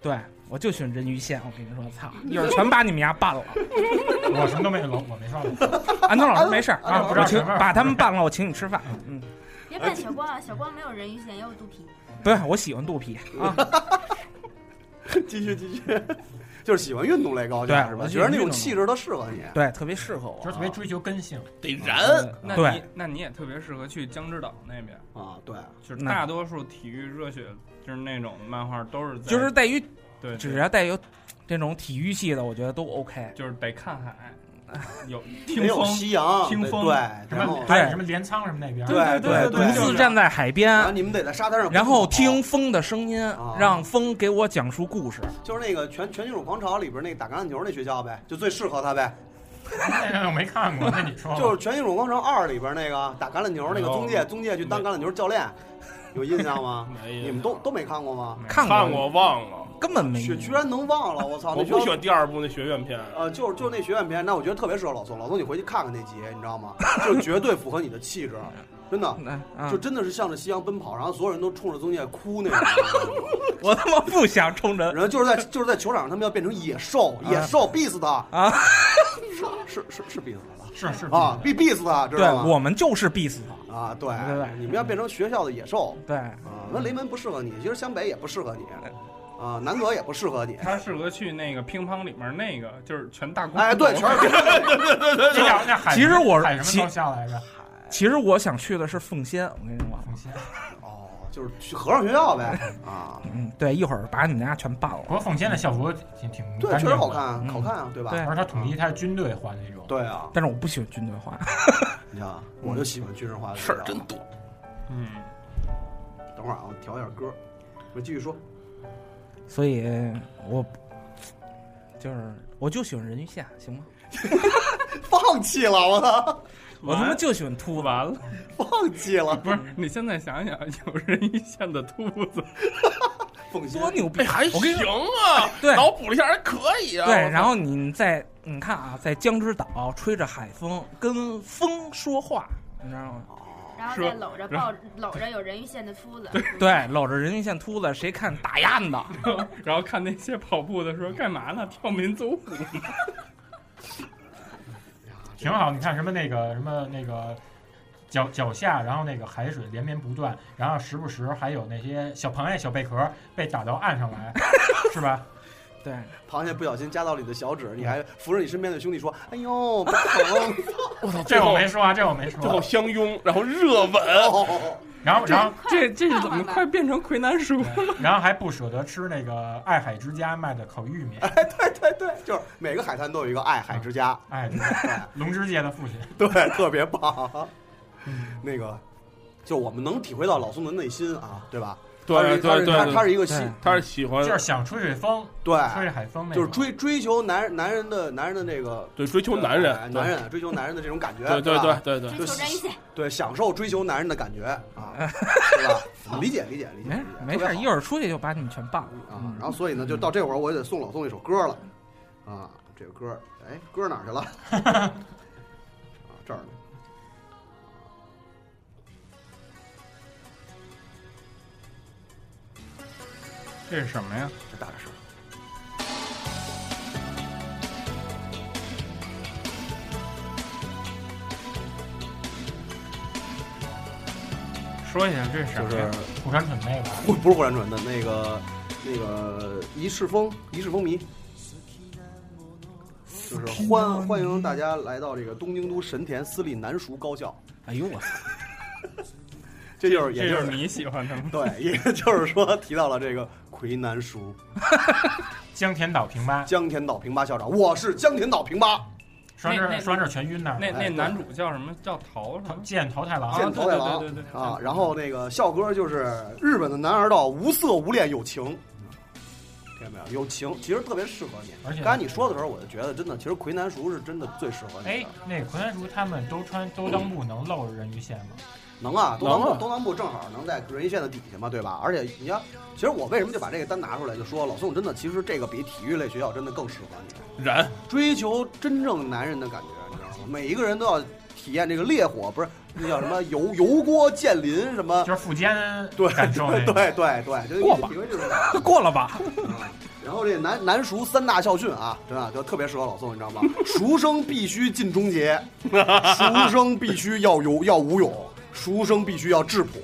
S8: 对，我就选人鱼线，我跟你说，操，一会儿全把你们家办了。
S6: 我什么都没有，我没刷 过。
S8: 安东老师没事儿
S6: 安
S8: 啊，
S6: 东
S8: 我
S6: 老师
S8: 请
S6: 没事儿
S8: 把他们办了，我请你吃饭。嗯，
S7: 别看小光啊，小光没有人鱼线，也有肚皮。
S8: 不是，我喜欢肚皮啊。
S5: 继续继续， 就是喜欢运动类高
S8: 对
S5: 校是吧？
S8: 我
S5: 觉得那
S8: 喜欢运
S5: 种
S8: 动
S5: 气质都适合你。
S8: 对，特别适合
S6: 就是
S8: 我。
S6: 特别追求根性，
S5: 哦
S4: 得燃，
S3: 那
S8: 呃对
S3: 你那你也特别适合去江之岛那边，
S5: 啊，对，
S3: 就是
S8: 那
S3: 大多数体育热血就是那种漫画都是在
S8: 就是在于
S3: 对，
S8: 只
S3: 对
S8: 要带有这种体育系的，我觉得都 OK。
S3: 就是得看海， 有
S5: 得
S3: 听
S5: 有
S3: 风，
S5: 夕阳，
S3: 听
S5: 对
S3: 风
S5: 对，
S6: 什
S5: 然后
S6: 么还有什么镰仓什么那边，
S5: 对对
S8: 独自站在海
S5: 然后
S8: 边，
S5: 你们得在沙滩上，
S8: 然后听，风的声音
S5: 啊，
S8: 让风给我讲述故事。
S5: 就是那个全《全球狂潮》里边那个打橄榄球那学校呗，就最适合他呗。
S6: 那我没看 过，那你说吧
S5: 就是《全球狂潮二》里边那个打橄榄球那个
S4: 哦
S5: 宗介，宗介去当橄榄球教练，有印象吗？ 你们都都没看过吗？
S8: 看
S4: 看过忘了，
S8: 根本没
S5: 居居然能忘了，我操！
S4: 我
S5: 哦那
S4: 不喜
S5: 学校
S4: 欢第二部那学院片。啊
S5: 呃，就是就是那学院片，那我觉得特别适合老宋。老宋，你回去看看那集，你知道吗？就绝对符合你的气质，真的，
S8: 嗯啊
S5: 就真的是向着夕阳奔跑，然后所有人都冲着宗介哭那种。
S8: 我他妈不想冲 着
S5: 然后就是在就是在球场上，他们要变成野兽，野兽逼死他
S8: 啊！
S5: 是是是逼死他了
S6: 是是
S5: 啊，必必死他，知
S8: 对
S5: 道吗？
S8: 我们就是必死他。
S5: 啊，对
S8: 对对对
S5: 你们要变成学校的野兽
S8: 对，
S5: 啊，那雷门不适合你，其实湘北也不适合你，啊，南葛也不适合你。
S3: 他适合去那个乒乓里面那个，就是全大公
S5: 哎，对，全是
S6: 这叫那海
S8: 其实我
S6: 海什
S8: 其
S6: 么高校来着？
S8: 其实我想去的是奉先，我跟你说，
S6: 奉先，
S5: 哦，就是去和尚学校呗啊，
S8: 嗯，对，一会儿把你们家全办了
S6: 不。过奉先的校服挺挺
S5: 对，
S6: 干
S5: 确实
S6: 净的
S5: 好，看，好看啊，对吧？
S8: 对
S6: 而且它统一它是军队换的那种，
S5: 对啊，
S8: 但是我不喜欢军队 化，
S5: 你看，我就喜欢军事化的
S4: 事儿真。多，
S3: 嗯，
S5: 等会儿啊，我调一下歌，我继续说。
S8: 所以我就是我就喜欢人鱼线，行吗？
S5: 放弃了，我操，
S8: 我他妈就喜欢秃子，
S3: 完了，
S5: 放弃了，
S3: 不是你现在想想，有人一线的秃子，
S5: 奉先
S8: 多牛逼！
S4: 哎，还
S8: 我
S4: 行
S8: 跟你说，
S4: 啊，
S8: 对
S4: 脑补了一下还可以啊。
S8: 对
S4: 我，操
S8: 然后你在你看啊，在江之岛吹着海风，跟风说话，你知道吗？
S7: 然后
S3: 说
S7: 再搂着抱着搂着有人鱼线的秃子，
S8: 对，搂着人鱼线秃子，谁看打样的？
S3: 然后看那些跑步的时候干嘛呢？跳民族舞，
S6: 挺好。你看什么那个什么那个脚脚下，然后那个海水连绵不断，然后时不时还有那些小螃蟹、小贝壳被打到岸上来， 是吧？
S8: 对，
S5: 螃蟹不小心夹到你的小指，你还扶着你身边的兄弟说：“哎呦，不疼。
S6: 这我没说啊，这我没
S4: 最后
S6: 说。
S4: 相拥，然后热吻，
S6: 然后然后
S3: 这这是
S7: 看看
S3: 怎么
S7: 吧
S3: 快变成魁南叔？
S6: 然后还不舍得吃那个爱海之家卖的烤玉米，”
S5: 对 对对，就是每个海滩都有一个爱海之家，
S6: 哎，龙之介的父亲。
S4: 嗯
S5: 对，特别棒。那个，就我们能体会到老宋的内心啊，对吧？他是
S4: 对
S5: 一他
S4: 对
S5: 是他
S4: 对，
S5: 他是一个
S8: 对
S5: 西，
S4: 他是喜欢
S6: 就是想吹吹风，
S5: 对，
S6: 吹吹海风那
S5: 哎就
S6: 种
S5: 是追追求男人男人的男人的那个
S4: 对追求男
S5: 哎
S4: 人，
S5: 男人追求男人的这种感觉，
S4: 对对
S5: 吧
S4: 对对对对，
S7: 追求人鱼线，
S5: 对，享受追求男人的感觉 啊，对吧？理解理解理解，
S8: 没事
S5: 理解
S8: 没
S5: 特别
S8: 事，
S5: 好
S8: 一会儿出去就把你们全办了。
S5: 啊
S8: 嗯。
S5: 然后所以呢，就到这会儿我也得送老宋一首歌了，啊，这个歌，哎，歌哪儿去了？ 啊，这儿呢。
S3: 这是什么呀？
S5: 再大点声。
S3: 说一下这是什
S5: 就
S3: 么
S5: 是
S3: 呀？
S6: 土山准那块儿，
S5: 不不是忽然转的那个那个一世风一世风靡，就是欢欢迎大家来到这个东京都神田私立南塾高校，
S8: 哎呦我操！
S5: 这就是
S3: 这
S5: 也
S3: 就
S5: 就是是
S3: 你喜欢的吗？
S5: 对，也就是说提到了这个魁南塾
S6: 江田岛平八，
S5: 江田岛平八校长，我是江田岛平八，
S6: 双
S3: 那那
S6: 刃双刃全晕那儿
S3: 那
S6: 了。
S5: 哎
S3: 那男主叫什么？叫桃什
S6: 头
S3: 么？
S6: 剑桃太郎，
S5: 剑桃太郎
S3: 啊对对对对对
S5: 啊，然后那个校歌就是日本的男儿道，无色无恋有情。听见没有？有情，其实特别适合你。
S6: 而且
S5: 刚才你说的时候，我就觉得真的，其实魁南塾是真的最适合你的。
S6: 哎，那个魁南叔他们都穿兜裆布能露着人鱼线吗？
S5: 能啊，东
S6: 能
S5: 南部
S6: 啊
S5: 东南部正好能在人鱼线的底下嘛，对吧？而且你要，其实我为什么就把这个单拿出来，就说老宋真的，其实这个比体育类学校真的更适合你，
S4: 燃，
S5: 追求真正男人的感觉，你知道吗？每一个人都要体验这个烈火，不是那叫什么油油锅建林什么
S6: 就。是腹肩
S5: 对
S6: 感受那个。
S5: 对对对，就
S8: 过吧
S5: 体会这种感觉。
S8: 过了吧？
S5: 然后这南南塾三大校训啊，真的就特别适合老宋，你知道吗？塾生必须尽忠节，塾生必须要有要武勇，塾生必须要质朴。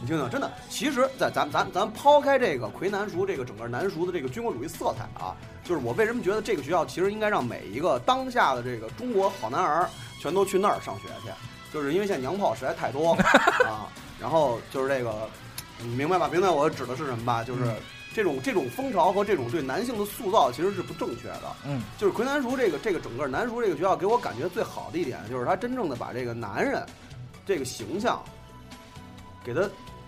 S5: 你听听，真的，其实在咱咱咱抛开这个魁南塾这个整个南塾的这个军国主义色彩啊，就是我为什么觉得这个学校其实应该让每一个当下的这个中国好男儿全都去那儿上学去，就是因为现在娘炮实在太多 啊。然后就是这个，你明白吧？明白我指的是什么吧？就是
S8: 嗯
S5: 这种这种风潮和这种对男性的塑造其实是不正确的。
S8: 嗯，
S5: 就是魁南塾这个这个整个南塾这个学校给我感觉最好的一点，就是他真正的把这个男人这个形象给他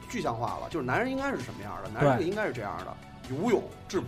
S5: 具象化了，就是男人应该是什么样的，男人
S8: 对
S5: 应该是这样的，有勇质朴，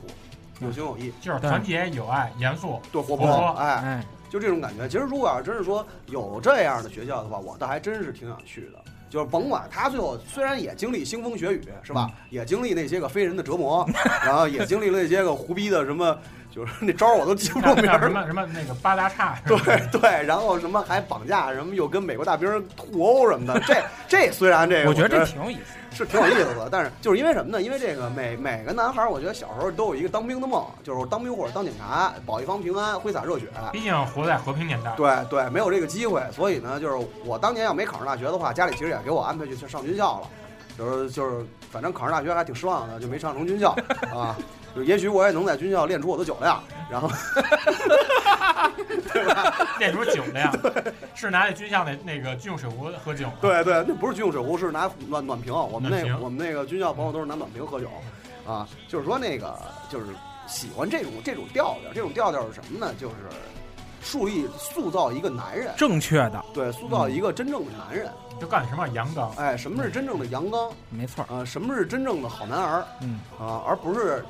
S5: 有情有义，
S6: 就是团结友爱、严肃，
S5: 对活
S6: 活
S5: 泼
S6: 泼，
S5: 哎，
S8: 哎，
S5: 就这种感觉。其实如果要是真是说有这样的学校的话，我倒还真是挺想去的。就是甭管他最后虽然也经历腥风血雨，是
S8: 嗯
S5: 吧？也经历那些个非人的折磨，然后也经历了那些个胡逼的什么，就是那招儿我都记不住
S6: 叫
S5: 名
S6: 叫
S5: 儿
S6: 什
S5: 了。
S6: 么什么那个八大叉，是吧
S5: 对对，然后什么还绑架，什么又跟美国大兵互殴什么的，这这虽然这个
S8: 哎我觉得这
S5: 这
S8: 挺有意思。
S5: 是挺有意思的，但是就是因为什么呢？因为这个每每个男孩，儿，我觉得小时候都有一个当兵的梦，就是当兵或者当警察，保一方平安，挥洒热血。
S6: 毕竟活在和平年 代。
S5: 对对，没有这个机会，所以呢，就是我当年要没考上大学的话，家里其实也给我安排去上军校了，就是就是，反正考上大学还挺失望的，就没上成军 校啊。就也许我也能在军校练出我的酒量，然后
S6: 那时候酒量是拿那军校那那个军用水壶喝酒。，
S5: 对对，那不是军用水壶，是拿暖暖瓶。我们
S6: 暖
S5: 那个
S6: 瓶
S5: 我们那个军校朋友都是拿暖瓶喝酒，啊，就是说那个就是喜欢这种这种调调，这种调调是什么呢？就是树立塑造一个男人，
S8: 正确的，
S5: 对，塑
S6: 嗯
S5: 造一个真正的男人。
S6: 就干什么阳刚，
S5: 哎，什么是真正的阳刚？
S8: 没错儿。
S5: 啊，什么是真正的好男儿？
S8: 嗯
S5: 啊，而不是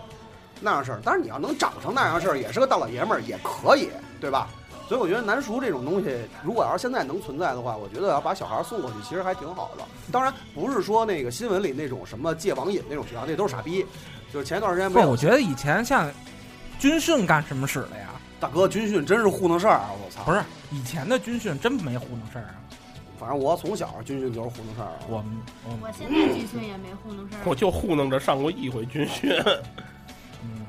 S5: 那样事儿。当然，你要能长成那样事儿，也是个大老爷们儿，也可以，对吧？所以我觉得南熟这种东西，如果要是现在能存在的话，我觉得要把小孩儿送过去，其实还挺好的。当然，不是说那个新闻里那种什么戒网瘾那种学校，那都是傻逼。就是前一段时间
S8: 不，
S5: 没
S8: 我
S5: 有
S8: 觉得以前像军训干什么使的呀？
S5: 大哥军训真是糊弄事儿啊！我操！
S8: 不是，以前的军训真没糊弄事儿啊。
S5: 反正我从小军训就是糊弄事儿啊。
S8: 我们我们
S7: 我现在军训也没糊弄事儿
S4: 我，就糊弄着上过一回军训，
S8: 嗯，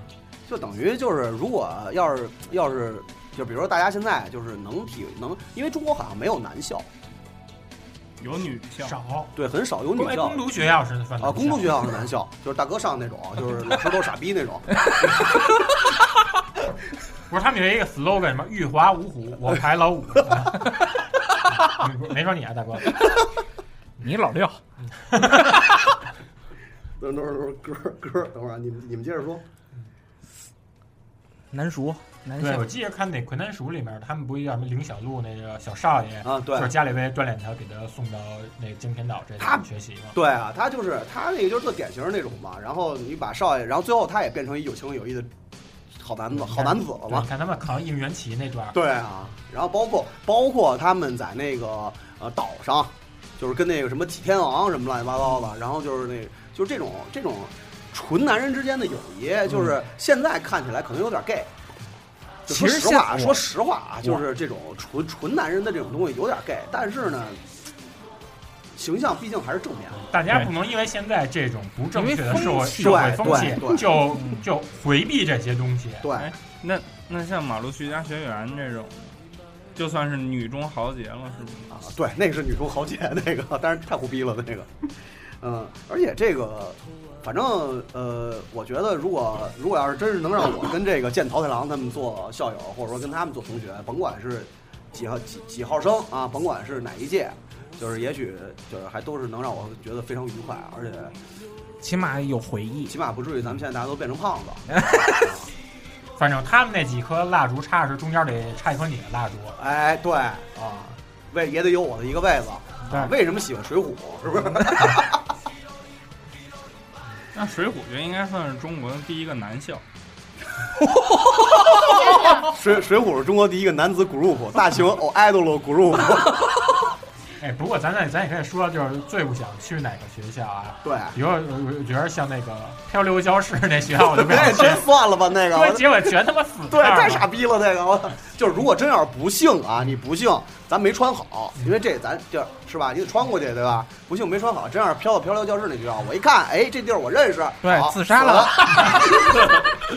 S5: 就等于就是，如果要是要是，就比如说大家现在就是能体能，因为中国好像没有男校，
S3: 有女校，
S6: 少。
S5: 对，很少有女
S6: 公哎，
S5: 校
S6: 公读学校是算
S5: 啊。公立学校是男校，就是大哥上那种，就是老师都是傻逼那种。
S6: 不是他们有一个 slogan 什么“玉华五虎，我排老五”， 没没说你啊，大哥，
S8: 你老六，
S5: 等等等等，哥哥，等会儿啊，你们你们接着说。
S8: 南熟南
S6: 对，我
S8: 校，
S6: 记得看那《魁南鼠》里面，他们不是叫什么凌小璐那个小少爷
S5: 啊对
S6: 就是家里为锻炼他，给他送到那个惊天岛这
S5: 他
S6: 里学习嘛。
S5: 对啊，他就是他那个就是特典型那种嘛。然后你把少爷，然后最后他也变成一有情有义的好男子，嗯好男子了
S6: 对
S5: 嘛
S6: 你。看他们扛应援旗那段儿，
S5: 对啊，然后包括包括他们在那个呃岛上，就是跟那个什么几天王什么乱七八糟
S8: 嗯
S5: 的，然后就是那就是这种这种纯男人之间的友谊，
S8: 嗯
S5: 就是现在看起来可能有点 gay。就说
S8: 其实
S5: 实话，
S8: 现
S5: 说实话啊，就是这种纯纯男人的这种东西有点 gay，但是呢，形象毕竟还是正面的。
S6: 大家不能因为现在这种不正确的社
S8: 因为
S6: 会
S8: 风
S5: 气
S8: 嗯
S5: 对
S6: 社会风
S5: 对对
S6: 气，就就回避这些东西。
S5: 对，
S3: 哎那那像马路徐家学员这种，就算是女中豪杰了，是吗？
S5: 啊，对，那个是女厨豪杰 那个，但是太胡逼了那个，嗯，而且这个，反正呃，我觉得如果如果要是真是能让我跟这个见桃太郎他们做校友，或者说跟他们做同学，甭管是几号几几号生啊，甭管是哪一届，就是也许就是还都是能让我觉得非常愉快，而且
S8: 起码有回忆。
S5: 起码不至于咱们现在大家都变成胖子。
S6: 反正他们那几颗蜡烛插是中间得插一颗你的蜡烛。
S5: 哎，对啊，位也得有我的一个位子。啊
S6: 对
S5: 为什么喜欢水浒？是不是？
S3: 那水浒就应该算是中国的第一个男校。
S5: 水水浒是中国第一个男子 group，大型偶 idol group。
S6: 哎，不过咱咱咱也可以说，就是最不想去哪个学校啊？
S5: 对，
S6: 比如我我我觉得像那个漂流教室哦那学校，我 就不
S5: 那
S6: 想去。
S5: 真哎算了吧，那个
S6: 对，结果全他妈死
S5: 对，太傻
S6: 傻。
S5: 逼了，那个我就是如果真要是不幸啊，你不幸咱没穿好，因为这咱就是是吧，你得穿过去对吧？不幸没穿好，真要是飘到漂流教室那学校，我一看，哎，这地儿我认识，
S8: 对
S5: 好
S8: 自杀
S5: 死
S8: 了
S5: 了。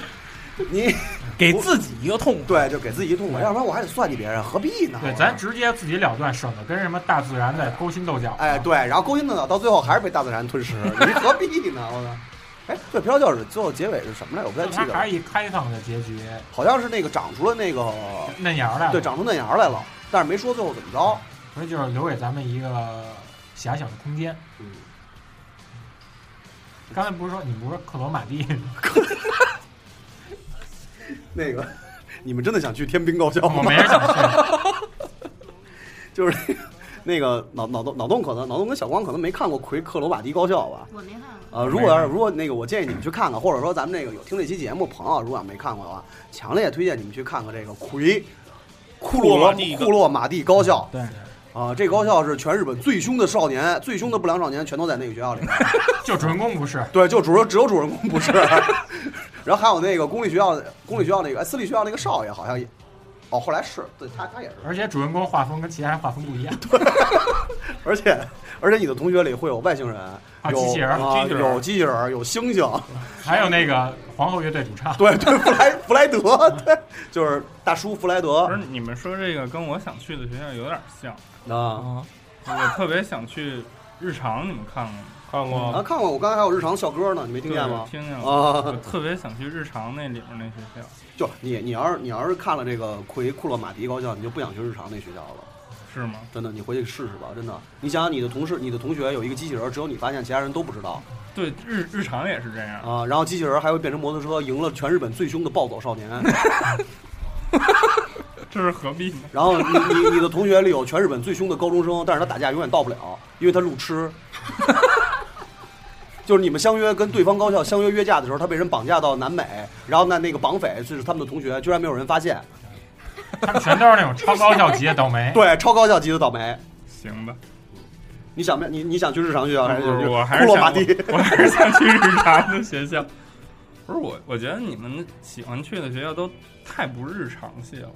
S5: 你
S8: 给自己一个痛快。
S5: 对，就给自己一痛快，要不然我还得算计别人，何必呢？
S6: 对，咱直接自己了断，省得跟什么大自然在勾心斗角。
S5: 哎，对，然后勾心斗角，到最后还是被大自然吞噬，你何必呢？我操！哎，对，漂流教室最后结尾是什么来着？我不太
S6: 就
S5: 记
S6: 它
S5: 得
S6: 还
S5: 了，
S6: 是一开放的结局，
S5: 好像是那个长出了那个，
S6: 嫩芽儿来了。
S5: 对，长出嫩芽来了，但是没说最后怎么着。
S6: 所以就是留给咱们一个遐想的空间。
S5: 嗯，
S6: 刚才不是说你不是说克罗马 蒂？
S5: 那个，你们真的想去天兵高校
S6: 我
S5: 吗？
S6: 没人想去。
S5: 就是那个那个脑脑洞脑洞可能脑洞跟小光可能没看过奎克罗马蒂高校吧？
S7: 我没看过。
S5: 呃，如果要是如果那个，我建议你们去看看，或者说咱们那个有听这期节目朋友，如果要没看过的话，强烈推荐你们去看看这个奎库
S4: 库洛
S5: 洛
S4: 马蒂
S5: 库洛马蒂高校。
S8: 对，
S5: 啊，这高校是全日本最凶的少年，最凶的不良少年全都在那个学校里 面。
S6: 就主人公不是，
S5: 对，就主只有主人公不是， 然后还有那个公立学校，公立学校那个哎私立学校那个少爷好像也，哦，后来是对他他也是，
S6: 而且主人公画风跟其他人画风不一样。
S5: 而且而且你的同学里会有外星人，有
S6: 机器人
S5: 啊
S4: 机器人
S5: 有机器人，有猩猩，
S6: 还有那个皇后乐队主唱，
S5: 对对，弗莱弗莱德，对，就是大叔弗莱德
S3: 不是你们说这个跟我想去的学校有点像，
S5: 啊
S8: 啊，
S3: 我特别想去日常，你们看过吗？
S4: 看过
S3: 嗯
S5: 啊，看过我刚才还有日常校歌呢，你没听见吗
S3: 对？听见了。我
S5: 啊，
S3: 特别想去日常那里面那学校，
S5: 就你你要是你要是看了这个奎库洛马迪高校，你就不想去日常那学校了。
S3: 是吗？
S5: 真的，你回去试试吧。真的，你想想你的同事、你的同学有一个机器人，只有你发现，其他人都不知道
S3: 对，日日常也是这样。
S5: 啊。然后机器人还会变成摩托车，赢了全日本最凶的暴走少年。
S3: 这是何必呢？
S5: 然后你你你的同学里有全日本最凶的高中生，但是他打架永远到不了，因为他路痴。 就是你们相约跟对方高校相约约架的时候，他被人绑架到南美，然后那那个绑匪就是他们的同学，居然没有人发现。
S6: 他们全都是那种超高校级的倒霉。
S5: 对，超高校级的倒霉。
S3: 行吧，
S5: 你想不？你你想去日常学校还是
S3: 不是
S5: 去
S3: 我还
S5: 库
S3: 是
S5: 洛
S3: 想
S5: 马蒂？
S3: 我还是想去日常的学校。不是我，我觉得你们喜欢去的学校都太不日常系了，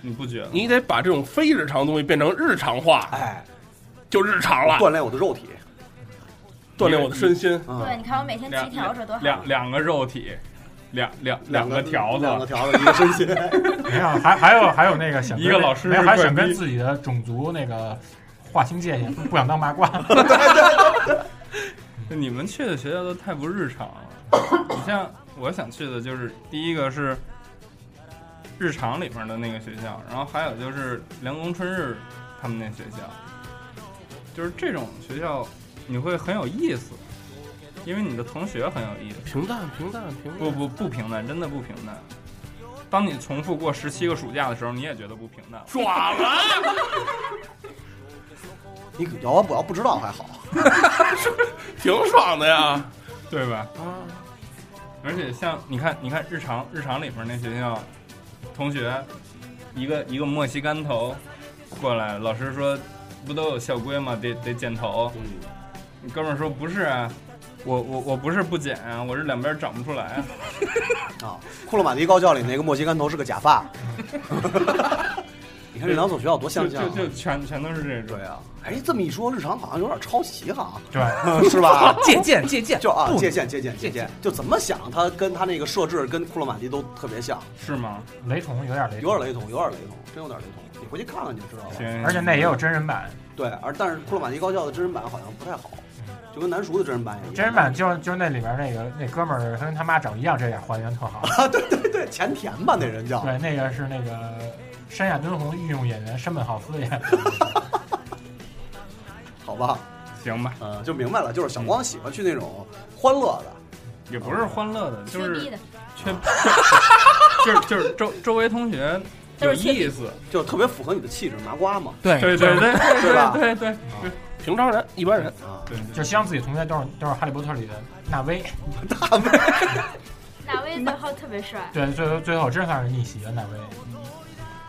S3: 你不觉得吗？
S4: 你得把这种非日常的东西变成日常化，
S5: 哎，
S4: 就日常了，
S5: 锻炼我的肉体。
S4: 锻炼我的身心。
S5: 啊。
S7: 对，你看我每天
S3: 两
S7: 骑条子多好
S3: 两。两个肉体，两两
S5: 两
S3: 个条
S5: 两个
S3: 子，
S5: 条子，一个身心。
S6: 没有，还还有还有那个想跟
S3: 一个老师
S6: 没有，还想
S3: 怪
S6: 跟
S3: 逼
S6: 自己的种族那个划清界限，不想当八卦。
S3: 你们去的学校都太不日常了。你像我想去的就是第一个是日常里面的那个学校，然后还有就是凉宫春日他们那学校，就是这种学校你会很有意思，因为你的同学很有意思。
S4: 平淡，平淡，平淡。
S3: 不不不平淡，真的不平淡。当你重复过十七个暑假的时候，你也觉得不平淡。
S4: 爽了！
S5: 你可要不要不知道还好，
S4: 挺爽的呀。
S3: 对吧？
S5: 啊
S3: 而且像你看，你看日常日常里面那学校同学，一个一个墨西干头过来，老师说不都有校规吗？得得剪头。
S5: 嗯
S3: 你哥们儿说不是啊，我我我不是不剪啊，我是两边长不出来 啊。
S5: 啊，库洛马迪高校里那个墨西干头是个假发， 你看这两所学校多相像
S3: 就
S5: 啊。
S3: 就全全都是这种
S5: 对。啊，哎，这么一说，日常好像有点抄袭哈，
S6: 对，
S5: 是吧？
S8: 借鉴借鉴，
S5: 就啊，
S8: 不
S5: 借鉴借鉴借鉴，就怎么想，它跟它那个设置跟库洛马蒂都特别像，
S3: 是吗？
S6: 雷同有点雷
S5: 有
S6: 同，
S5: 点雷同，有点雷同，真有点雷同。你回去看看就知道了。
S3: 行，
S6: 而且那也有真人版，
S5: 对，而但是库洛马蒂高校的真人版好像不太好，就跟南熟的真人版也一样。
S6: 真人版就就那里边那个那哥们儿，他跟他妈长一样，这点还原特好。
S5: 对前田吧，那人叫。
S6: 对，那个是那个山下敦弘御用演员山本浩司演的。
S5: 好吧，
S3: 行吧，
S5: 呃，就明白了，就是小光喜欢去那种欢乐的，
S3: 也不是
S5: 啊
S3: 欢乐的，就
S7: 嗯缺逼
S3: 是
S7: 的，
S3: 缺， 就是就是周周围同学有意思，
S5: 就特别符合你的气质，麻瓜嘛，
S8: 对
S3: 对对对
S5: 是吧
S3: 对对对
S4: 平常人，一般人，
S5: 啊，
S3: 对，
S6: 就希望自己同学都是都是哈利波特里的纳威，
S5: 大卫，
S7: 哪位最后特别帅？
S6: 对，最后最后真算是逆袭了纳威。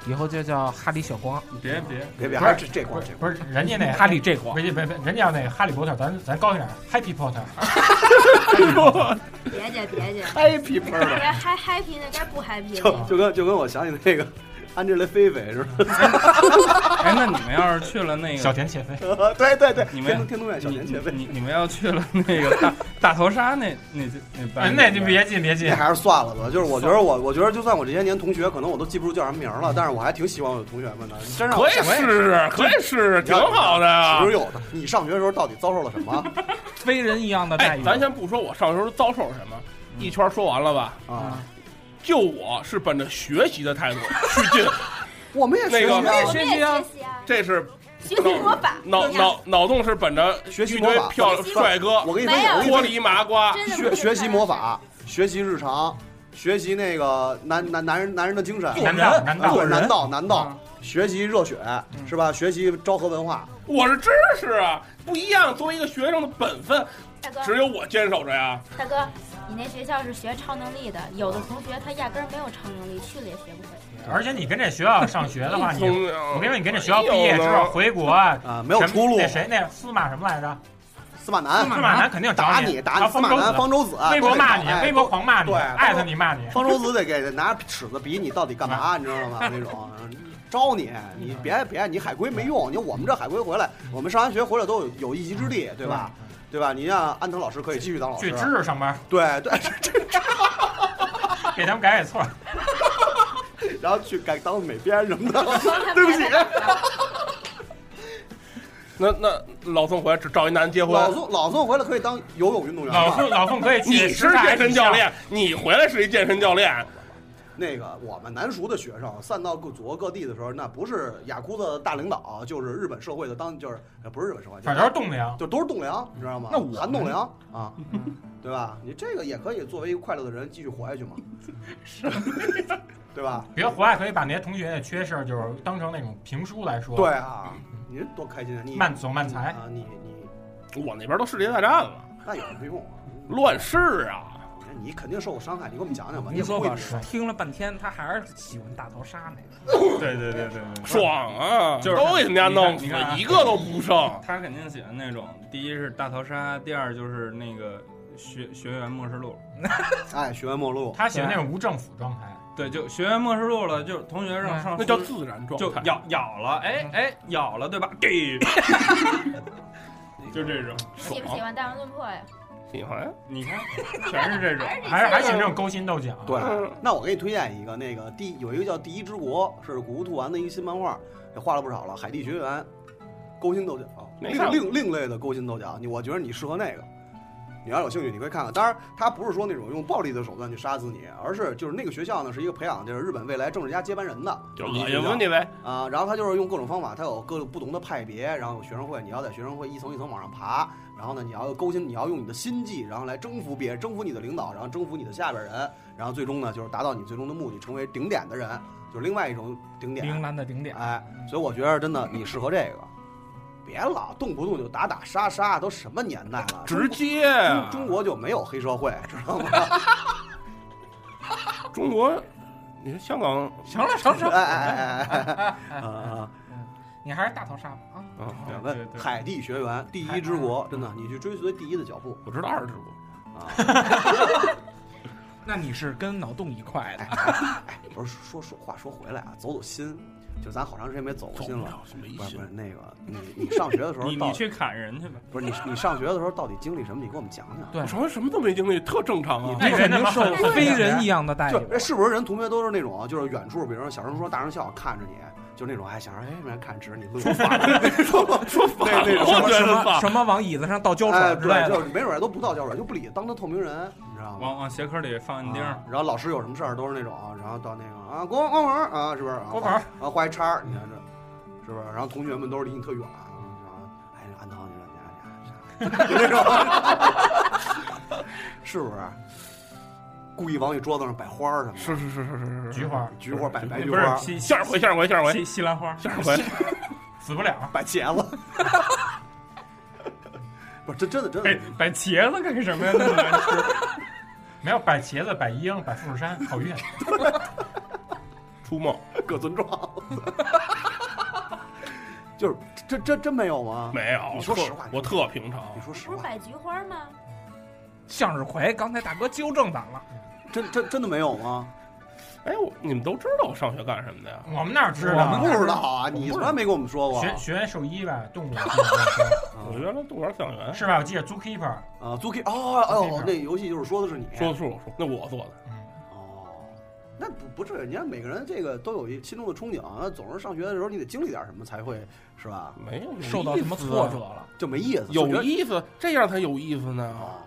S8: 以后就叫哈利小光，
S3: 别别
S5: 别别，还是这这块儿这块
S6: 不是人家那
S8: 哈利这光
S6: 不，是不是人家要那个哈利波特，咱咱高一点，Happy Potter。
S7: 别介别介，
S5: ，happy
S7: 该
S5: bird，
S7: 嗨 happy 的该不 happy
S5: 就
S7: 的。
S5: 就跟就跟我想起那个安吉丽菲菲似的，
S3: 哎，那你们要是去了那
S6: 小
S3: 个，
S6: 田切飞，
S5: 对对对，
S3: 你
S5: 天
S3: 们
S5: 通天通苑小
S3: 你
S5: 年前辈，
S3: 你你们要去了那个大大头鲨那那那
S6: 哎
S3: 班，
S6: 那就别进别进
S5: 这。还是算了吧，就是我觉得我我觉得就算我这些年同学，可能我都记不住叫什么名儿了，但是我还挺喜欢我的同学们的，你真啊让我
S4: 可以啊
S5: 想
S4: 试试，可以试试，挺好的呀
S5: 其实。有的，你上学的时候到底遭受了什么
S8: 非人一样的待
S4: 哎，
S8: 遇。啊
S4: 咱先不说我上时候遭受什么，一圈说完了吧？
S5: 啊？
S4: 就我是本着学习的态度去进，
S5: 我们也学习
S4: 那
S7: 我
S5: 啊
S4: 个
S7: 们也学习啊，
S4: 这是
S7: 学习魔法，
S4: 脑脑脑洞是本着
S5: 学习
S4: 一
S5: 魔
S4: 堆
S5: 法
S4: 漂亮帅哥
S5: 我跟你分享，我跟你
S4: 脱
S5: 分
S4: 离麻瓜，
S7: 真的不
S5: 学
S7: 是
S5: 学习
S7: 开玩
S5: 魔
S7: 笑，
S5: 法，学习日常，学习那个男男男人男人的精神，
S6: 男道男
S5: 啊
S6: 道
S5: 对男道男道
S6: 啊，
S5: 学习热血是吧？学习昭和文化，
S4: 我是知识啊，不一样。作为一个学生的本分，
S7: 大哥
S4: 只有我坚守着呀。
S7: 大哥，你那学校是学超能力的，有的同学他压根儿没有超能力，去了也学不会。
S6: 而且你跟这学校上学 的话，你
S4: 从哎
S6: 我
S4: 我
S6: 跟你说，你跟这学校毕业之
S4: 哎
S6: 后回国啊，
S5: 啊没有出路
S6: 那谁那司马什么来着？
S5: 司马南
S6: 司马南肯定
S5: 打
S6: 找
S5: 你打
S6: 然
S5: 你，
S6: 后
S5: 司
S6: 方
S5: 马
S6: 舟
S5: 南
S6: 子
S5: 方舟子，哎
S6: 微博骂
S5: 都
S6: 你
S5: 得，搞
S6: 微博。狂骂你，
S5: 对
S6: 艾特你骂你
S5: 哎。方舟子得给拿尺子比你到底干嘛， 你知道吗？那种嗯招你，你别别，你海归没用。你看我们这海归回来，我们上完学回来都有有一席之地，对吧？对吧？你像安藤老师可以继续当老
S6: 嗯去
S5: 师
S6: 知，识上班，
S5: 对 对，
S6: 给他们改改错。
S5: 然后去改当美编什 么的。
S7: 对不起，
S4: 那那老宋回来只找一男人结婚，
S5: 老宋老宋回来可以当游泳运动员
S6: 老
S5: 了
S6: 凤。老凤可以去
S4: 你是
S6: 师大
S4: 健身教
S6: 体校
S4: 练，你回来是一健身教练，
S5: 那个我们南熟的学生散到各祖国各地的时候，那不是雅库的大领导，就是日本社会的当，就是呃不是日本社会，
S6: 反正都是栋梁。
S5: 就都是栋梁，你知道吗？
S6: 那我们
S5: 韩栋梁 啊，对吧？你这个也可以作为一个快乐的人继续活下 去嘛，对吧？
S6: 别活啊，可以把那些同学的缺事儿，就是当成那种评书来说。
S5: 对，啊，你这多开心啊！你
S6: 慢走慢财。
S5: 啊，你你
S4: 我那边都世界大战了，
S5: 那有什么用啊？
S4: 乱世啊！
S5: 你看你肯定受过伤害，你给我们讲讲吧。
S8: 你说
S5: 不
S8: 吧
S5: 会，
S8: 听了半天，他还是喜欢大头鲨那个。
S3: 对对对对对，
S4: 爽啊！
S3: 就是
S4: 都给人家弄死
S3: 你看你，看
S4: 一个都不剩。
S3: 他肯定喜欢那种，第一是大逃杀，第二就是那个学学员末世录。
S5: 哎，学完末路，
S6: 他喜欢那种无政府状态，
S3: 对，就学员末世录了，就是同学让上
S4: 那叫自然状
S3: 就
S4: 态，
S3: 咬咬了，哎哎咬了，对吧？给， 就这种，
S7: 喜不喜欢大王论破呀？
S4: 喜欢
S3: 你看全是 这种。
S6: 还是还喜欢这种勾心斗角。
S5: 对
S4: 嗯，
S5: 那我给你推荐一个，那个第有一个叫《第一之国》，是古屋兔丸的一个新漫画，也画了不少了，《海地学园》，勾心斗角，
S4: 没
S5: 另
S4: 看过
S5: 另另类的勾心斗角，你我觉得你适合那个。你要有兴趣，你可以看看。当然，他不是说那种用暴力的手段去杀死你，而是就是那个学校呢是一个培养就是日本未来政治家接班人的，
S4: 就恶心死你呗。
S5: 啊，然后他就是用各种方法，他有各种不同的派别，然后有学生会，你要在学生会一层一层往上爬，然后呢，你要勾心，你要用你的心计，然后来征服别人，征服你的领导，然后征服你的下边人，然后最终呢，就是达到你最终的目的，成为顶点的人，就是另外一种顶
S8: 铃
S5: 点。
S8: 兰的顶点，
S5: 哎，所以我觉得真的你适合这个，别老动不动就打打杀杀，都什么年代了，
S4: 直接啊
S5: 中中中国就没有黑社会，知道吗？
S4: 中国，你说香港
S8: 行了行了，行
S5: 哎
S8: 了
S5: 哎哎哎哎，啊！
S8: 你还是大头鲨吧啊！
S4: 啊，
S3: 对对对
S5: 海地学园第一之国，真的，你去追随第一的脚步
S4: 我知道二十国。
S5: 啊！
S8: 那你是跟脑洞一块的，
S5: 不是说说话说回来啊，走走心。就咱好长时间没走过
S4: 走
S5: 心
S4: 不
S5: 了
S4: 了。，没
S5: 不是
S4: 心
S5: 不是。那个，你你上学的时候
S3: 你
S5: 到
S3: 你
S5: 底
S3: 去砍人去吧。
S5: 不是你你上学的时候到底经历什么？你给我们讲讲。
S8: 对
S4: 我，说什么都没经历，特正常
S5: 哎
S4: 啊。
S8: 你肯定受非人一样的待遇
S5: 就。哎是不是人同学都是那种，就是远处，比如说小声说大声笑，看着你，就那种，哎，想着哎，没人看直你乐，说反 了，说反了，那
S4: 我
S5: 种
S4: 觉
S8: 什
S4: 得
S8: 么
S4: 吧，
S8: 什么往椅子上倒胶
S5: 哎，
S8: 水之类
S5: 对，就
S8: 的，
S5: 是没准儿都不到胶水，就不理，当他透明人，你知道吗？
S3: 往往鞋壳里放眼钉儿
S5: 啊，然后老师有什么事儿都是那种，然后到那个啊，光光门啊，是不是？
S6: 郭鹏，
S5: 啊，画一叉儿，你看这，是不是？然后同学们都是离你特远，然后哎，安藤，你说 你看你看，你看就那种， 是不是？故意往你桌子上摆花儿什么的，
S4: 是是是是是是，
S6: 菊花
S5: 菊花摆白菊
S3: 不是
S5: 花，
S3: 西西
S4: 下一回，下一回，下一回，
S3: 西西兰花。
S4: 下一回。
S6: 死不了。
S5: 摆茄子， 不是这真的真的
S3: 摆，
S6: 哎
S3: 摆茄子干什么呀？那么难吃。
S6: 没有摆茄子，摆秧，摆富士山，好运。
S4: 出没
S5: 各尊状， 就是这这真没有吗？
S4: 没有？
S5: 你说
S4: 特
S5: 实话
S4: 我特平常。
S5: 你说实
S7: 不是
S5: 话，
S7: 摆菊花吗？
S8: 向日葵。刚才大哥纠正咱了，
S5: 真真真的没有吗？
S4: 哎，我你们都知道我上学干什么的呀？
S6: 我们哪知
S5: 我们
S6: 道？
S5: 不知道啊，你从来没跟我们说过
S6: 啊学学兽医吧，动物我记得
S5: 啊
S4: 我原来动物园饲养员，
S6: 是吧？我记得 zookeeper，
S5: 啊。租 K 哦哦，那游戏就是说的是你
S4: 说的是我说，那我做的。
S6: 嗯，
S5: 哦，那不不是，你看每个人这个都有一心中的憧憬，啊那总是上学的时候你得经历点什么才会是吧？
S4: 没有啊
S8: 受到什么挫折了？
S5: 就没意思，
S4: 有
S5: 意
S4: 意思，这样才有意思呢。
S5: 啊，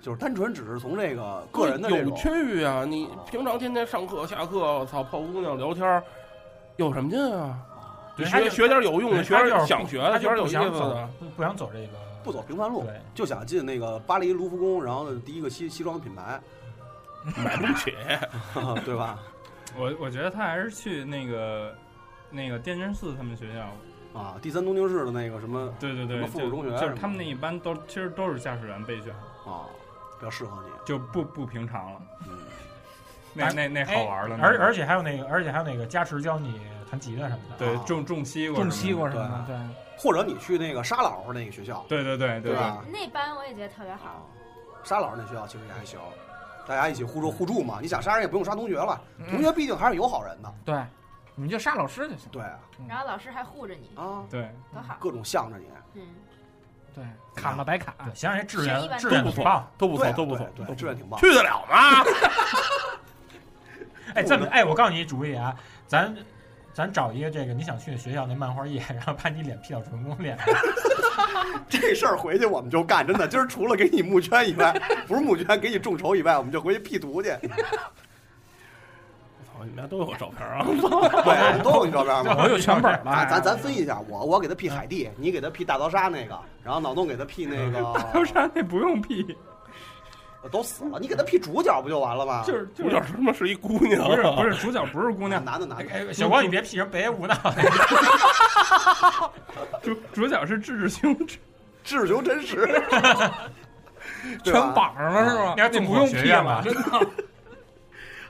S5: 就是单纯只是从这个个人的这
S4: 有
S5: 种
S4: 趣啊！你平常天天上课、下课，我操，泡姑娘聊天儿，有什么劲啊？你
S6: 对，他
S4: 学
S6: 就
S4: 学点有用的，
S6: 对
S4: 学
S6: 他就是
S4: 点
S6: 不
S4: 想学
S6: 他
S4: 的，学
S6: 就
S4: 点有
S6: 不
S4: 意思
S6: 想走
S4: 的。，
S6: 不不想走这个
S5: 不走平凡路，
S6: 对，
S5: 就想进那个巴黎卢浮宫，然后第一个西西装品牌，
S4: 买不起，
S5: 对吧？
S3: 我我觉得他还是去那个那个电真寺他们学校。
S5: 啊，第三东京市的那个什么
S3: 对对
S5: 什
S3: 对
S5: 么，附属
S3: 就
S5: 中学啊
S3: 就是
S5: 什么
S3: 他们
S5: 的
S3: 那一班都其实都是驾驶员备选，
S5: 啊，比较适合你，
S3: 就不不平常了。
S5: 嗯，
S3: 那
S6: 哎
S3: 那那好玩了。那
S6: 而
S3: 个
S6: 而且还有那个，而且还有那个加持教你弹吉他什么的。啊
S3: 对种种西瓜什么的，
S8: 种西瓜什么的，对，
S5: 或者你去那个沙老师那个学校，
S3: 对对对对
S5: 对吧？
S7: 那班我也觉得特别好，
S5: 啊沙老师那学校其实也还行，大家一起互助互助嘛。你想杀人也不用杀同学了，同学毕竟还是有好人的。
S8: 对，你们就杀老师就行。
S5: 对啊，
S8: 嗯
S7: 然后老师还护着你，
S5: 啊，
S3: 对，
S7: 多好。
S5: 各种向着你，
S7: 嗯，
S8: 对，
S5: 啊
S8: 砍了白砍。
S6: 对，想想这志
S7: 学一
S6: 愿，
S7: 般
S6: 志愿挺棒。
S4: 都不
S5: 对
S4: 错，
S5: 啊
S4: 都不错，都
S5: 对对，
S4: 不
S5: 志
S4: 错
S5: 愿挺棒。
S4: 去得了吗？
S6: 哎，这么哎，我告诉你一主意啊，咱咱找一个这个你想去的学校那漫画页，然后把你脸 P 到主人公脸上。
S5: 这事儿回去我们就干，真的。今儿除了给你募捐以外，不是募捐给你众筹以外，我们就回去 P 图去。
S4: 操，你们家都有我照片啊！
S5: 对，都有你照片 吗？
S8: 我有全本
S5: 啊，
S8: 了，
S5: 咱咱分一下，我我给他 P 海蒂，你给他 P 大逃杀那个，然后脑洞给他 P 那
S3: 刀
S5: 个，
S3: 山那不用 P，
S5: 都死了，你给他 P 主角不就完了吗？
S3: 就是
S4: 主
S3: 就是
S4: 角他妈是一姑娘，
S3: 不是不是主角不是姑娘，
S5: 男的男的，
S6: 哎，小光，你别 P 人北野武呢，
S3: 主主角是志志兄弟，
S5: 智雄真实，对啊
S8: 全
S5: 吧
S8: 绑上了是吗？
S6: 那
S8: 这
S6: 纵
S8: 不
S6: 火
S8: 用
S6: 学
S8: P
S6: 院
S8: 了
S6: 吧，
S8: 真的。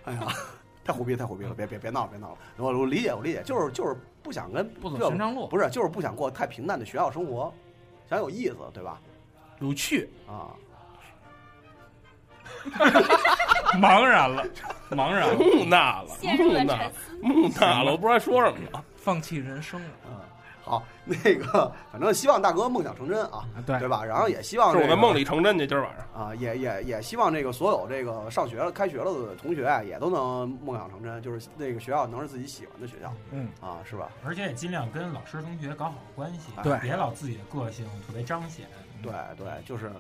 S5: 哎呀，太胡逼太胡逼了，别别别闹了别闹了，我我理解我理解，就是就是不想跟
S8: 不走寻常路，
S5: 不是就是不想过太平淡的学校生活，想有意思对吧？
S4: 有趣，
S5: 啊，
S3: 茫然了，茫然了。
S4: 木讷了，
S7: 陷入
S4: 木
S7: 了
S4: 讷
S7: 沉，思。
S4: 木讷了，我不知道说什么了。
S8: 放弃人生了。
S5: 嗯，好，那个反正希望大哥梦想成真啊，
S8: 啊对
S5: 对，吧？然后也希望
S4: 是我
S5: 这
S4: 在
S5: 个
S4: 梦里成真去，今儿晚上。
S5: 啊，也也也希望这个所有这个上学了、开学了的同学啊，也都能梦想成真，就是那个学校能是自己喜欢的学校
S8: 嗯，
S5: 啊，是吧？
S6: 而且也尽量跟老师同学搞好关系，
S8: 对
S6: 别老自己的个性特别彰显。
S5: 对对，就是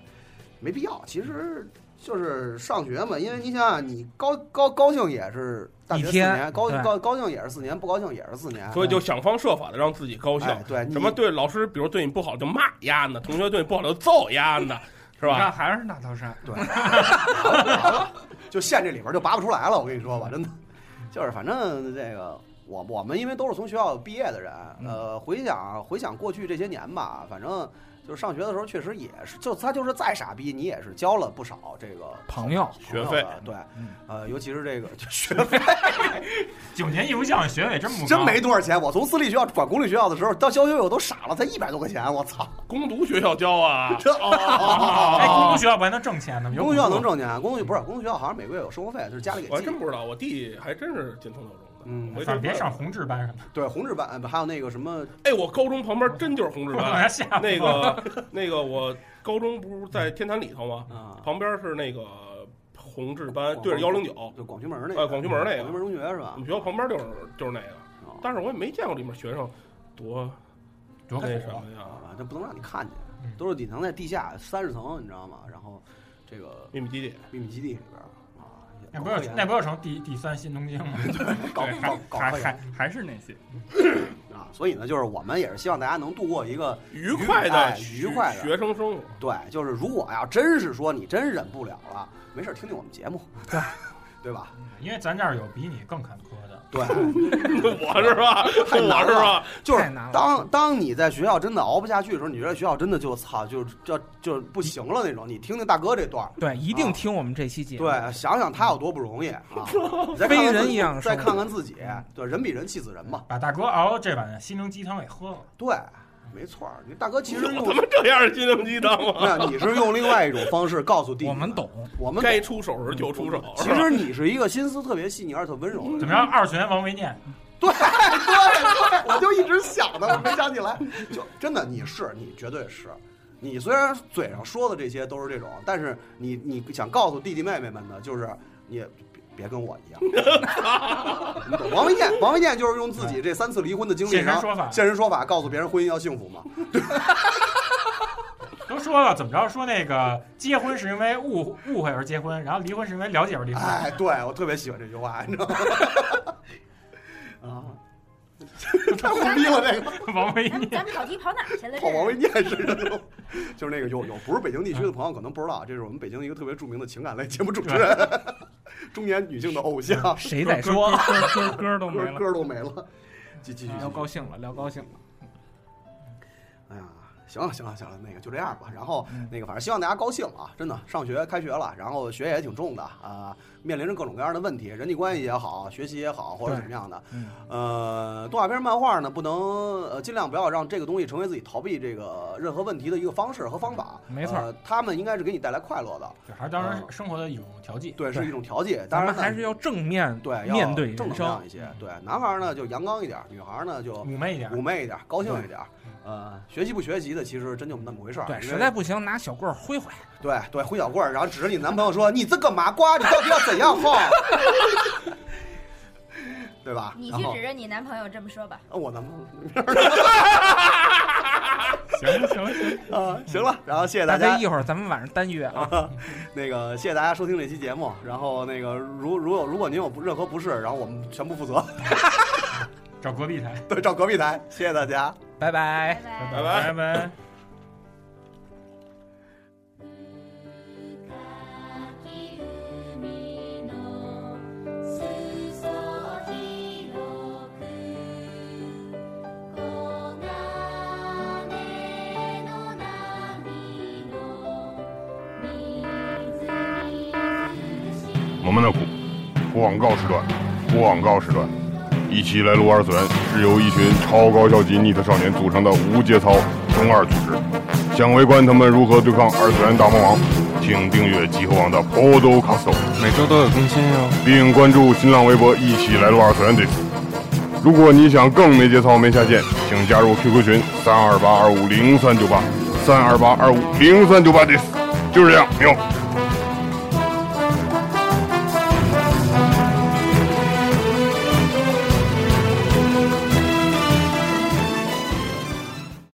S5: 没必要。其实就是上学嘛，因为你想想，你高高高兴也是大学
S8: 一
S5: 四
S8: 天
S5: 年，高
S8: 对
S5: 高高兴也是四年，不高兴也是四年。
S4: 所以就想方设法的让自己高兴
S5: 哎。对，你
S4: 什么对老师，比如对你不好就骂丫呢，同学对你不好就揍丫呢，是
S3: 你
S4: 吧？
S3: 看还是大逃杀，
S5: 就陷这里边就拔不出来了。我跟你说吧，真的，就是反正这个我我们因为都是从学校毕业的人，
S8: 嗯
S5: 呃，回想回想过去这些年吧，反正就是上学的时候确实也是，就他就是再傻逼，你也是交了不少这个
S8: 朋友，
S5: 朋
S4: 学
S5: 友
S4: 费
S5: 的对
S8: 嗯，
S5: 呃，尤其 是这个就学费，
S6: 九年义务教育学费真不高
S5: 真没多少钱。我从私立学校转公立学校的时候，到消学我都傻了，才一百多块钱，我操！
S4: 攻读学校教啊，
S5: 这哦，
S6: 哎，公立学校不还能挣钱呢吗？有
S5: 公立学校能
S6: 补助，
S5: 挣钱，公立不是公立学校好像每个月有生活费，就是家里给
S4: 我还
S5: 寄
S4: 真。不知道，我弟还真是进通六中的。
S5: 嗯，
S4: 我
S6: 反正别上红志班什么
S5: 对，红纸板还有那个什么，
S4: 哎，我高中旁边真就是红志
S6: 的，
S4: 班。
S6: 哎吓 我
S4: 那个那个，我高中不是在天坛里头吗？
S5: 啊
S4: 旁边是那个红志班，
S5: 广
S4: 呃对着幺零九，
S5: 就广渠门那个，
S4: 哎，广渠门那个，嗯
S5: 广渠门中学是吧
S4: 我？们学校旁边就是就是那个。
S5: 啊
S4: 但是我也没见过里面学生多
S6: 多
S4: 那什
S6: 火
S4: 么呀，
S5: 啊，这不能让你看见
S6: 嗯，
S5: 都是你能在地下三十层，你知道吗？然后这个
S4: 秘密基地。
S5: 秘密基地里边儿啊，也
S6: 那
S5: 搞
S6: 不是
S5: 科研
S6: 那不是成第第三新东京吗？
S5: 搞搞搞
S3: 还
S5: 科
S3: 还
S5: 研
S3: 还是那些，
S5: 啊，所以呢，就是我们也是希望大家能度过一个
S4: 愉快的
S5: 哎愉快的
S4: 学生生活，
S5: 对，就是如果呀，真是说你真忍不了了，没事儿听听我们 节目，对吧？
S6: 因为咱这儿有比你更坎坷的。
S5: 对，
S4: 我是吧？
S5: 太难
S4: 我是吧？
S5: 就是
S8: 太难了
S5: 当当你在学校真的熬不下去的时候，你觉得学校真的就操，就是这就是不行了那种。你听听大哥这段儿，
S8: 对，一定听我们这期节目。
S5: 对，想想他有多不容 易啊！你再看看
S8: 非人一样
S5: 自己再
S8: 生活
S5: 看看自己，
S8: 嗯
S5: 对，人比人气死人嘛。
S6: 把大哥熬这碗心灵鸡汤给喝了，
S5: 对，没错儿，你大哥其实用
S4: 怎么这样的心灵鸡汤吗？
S5: 没有，你是用另外一种方式告诉弟弟，
S8: 我们懂，
S5: 我们懂
S4: 该出手时就出手。
S5: 其实你是一个心思特别细腻而且特温柔的人
S6: 怎。么着？二泉王维念，
S5: 对对 对，我就一直想的，我没想起来。就真的，你是你绝对是，你虽然嘴上说的这些都是这种，但是你你想告诉弟弟妹妹们的，就是你别别跟我一 样。你懂王维建，王维建就是用自己这三次离婚的经历，
S6: 现身
S5: 然后
S6: 说法
S5: 现身说法告诉别人婚姻要幸福 嘛。
S6: 都说了怎么着？说那个结婚是因为误误会而结婚，然后离婚是因为了解而离婚。
S5: 哎，对我特别喜欢这句话，你知道 吗？啊，太胡逼了，这个。
S6: 王维
S7: 咱们
S6: 念，
S7: 咱们跑题跑哪儿去 了？
S5: 跑王
S7: 这
S5: 维
S7: 是
S5: 念似的，就是那个有有不是北京地区的朋友可能不知道，这是我们北京一个特别著名的情感类节目主持人， 中年女性的偶像，
S8: 谁在说？
S3: 歌歌歌歌都没
S5: 歌
S3: 了。嗯
S5: 歌都没了，继继续继
S8: 聊高
S5: 续，
S8: 兴了，聊高兴了。
S5: 哎呀。行了，行了，行了，那个就这样吧。然后
S8: 嗯
S5: 那个，反正希望大家高兴啊！真的，上学开学了，然后学也挺重的啊、面临着各种各样的问题，人际关系也好，学习也好，或者怎么样的。
S8: 嗯，
S5: 呃，动画片、漫画呢，不能呃，尽量不要让这个东西成为自己逃避这个任何问题的一个方式和方法。
S8: 嗯没错
S5: 呃他们应该是给你带来快乐的。
S6: 这还是当然生活的一种调剂。
S5: 嗯对，是一种调剂。 当
S8: 咱
S5: 然
S8: 们
S5: 呢
S8: 还是要正面
S5: 对要
S8: 面对
S5: 正
S8: 人
S5: 能
S8: 生嗯
S5: 量一些。对，男孩儿呢就阳刚一点儿，女孩儿呢就
S6: 妩媚一点
S5: 妩，媚一点儿，高兴一点儿。呃，学习不学习的，其实真就那么回事儿。
S8: 对，
S5: 因
S8: 实
S5: 为
S8: 在不行拿小棍儿挥挥。
S5: 对对，挥小棍儿，然后指着你男朋友说：“你这个麻瓜，你到底要怎样哈？” 对吧？
S7: 你
S5: 然
S7: 去
S5: 后
S7: 指着你男朋友这么说吧。
S5: 啊我男朋友
S3: 行行行，
S5: 啊，行了，然后谢谢大
S8: 大
S5: 家
S8: 家一。会儿咱们晚上单约啊，
S5: 那个谢谢大家收听这期节目，然后那个如如有如果您有不任何不适，然后我们全部负责，
S6: 找隔壁台。
S5: 对，照隔壁台，谢谢大家。
S8: 拜拜
S7: 拜。拜。
S4: 拜拜。
S5: 哎
S6: 拜拜。
S9: 「海の裾を広く」「黄金の波をみずみずしい」
S1: 我们的广广告时段，广告时段，一起来撸二次元是由一群超高校级逆特少年组成的无节操中二组织。想围观他们如何对抗二次元大魔王，请订阅集合网的 Podcast，
S2: 每周都有更新哟、
S1: 啊并关注新浪微博“一起来撸二次元”队。如果你想更没节操、没下限，请加入 QQ 群三二八二五零三九八三二八二五零三九八，就是这样，牛。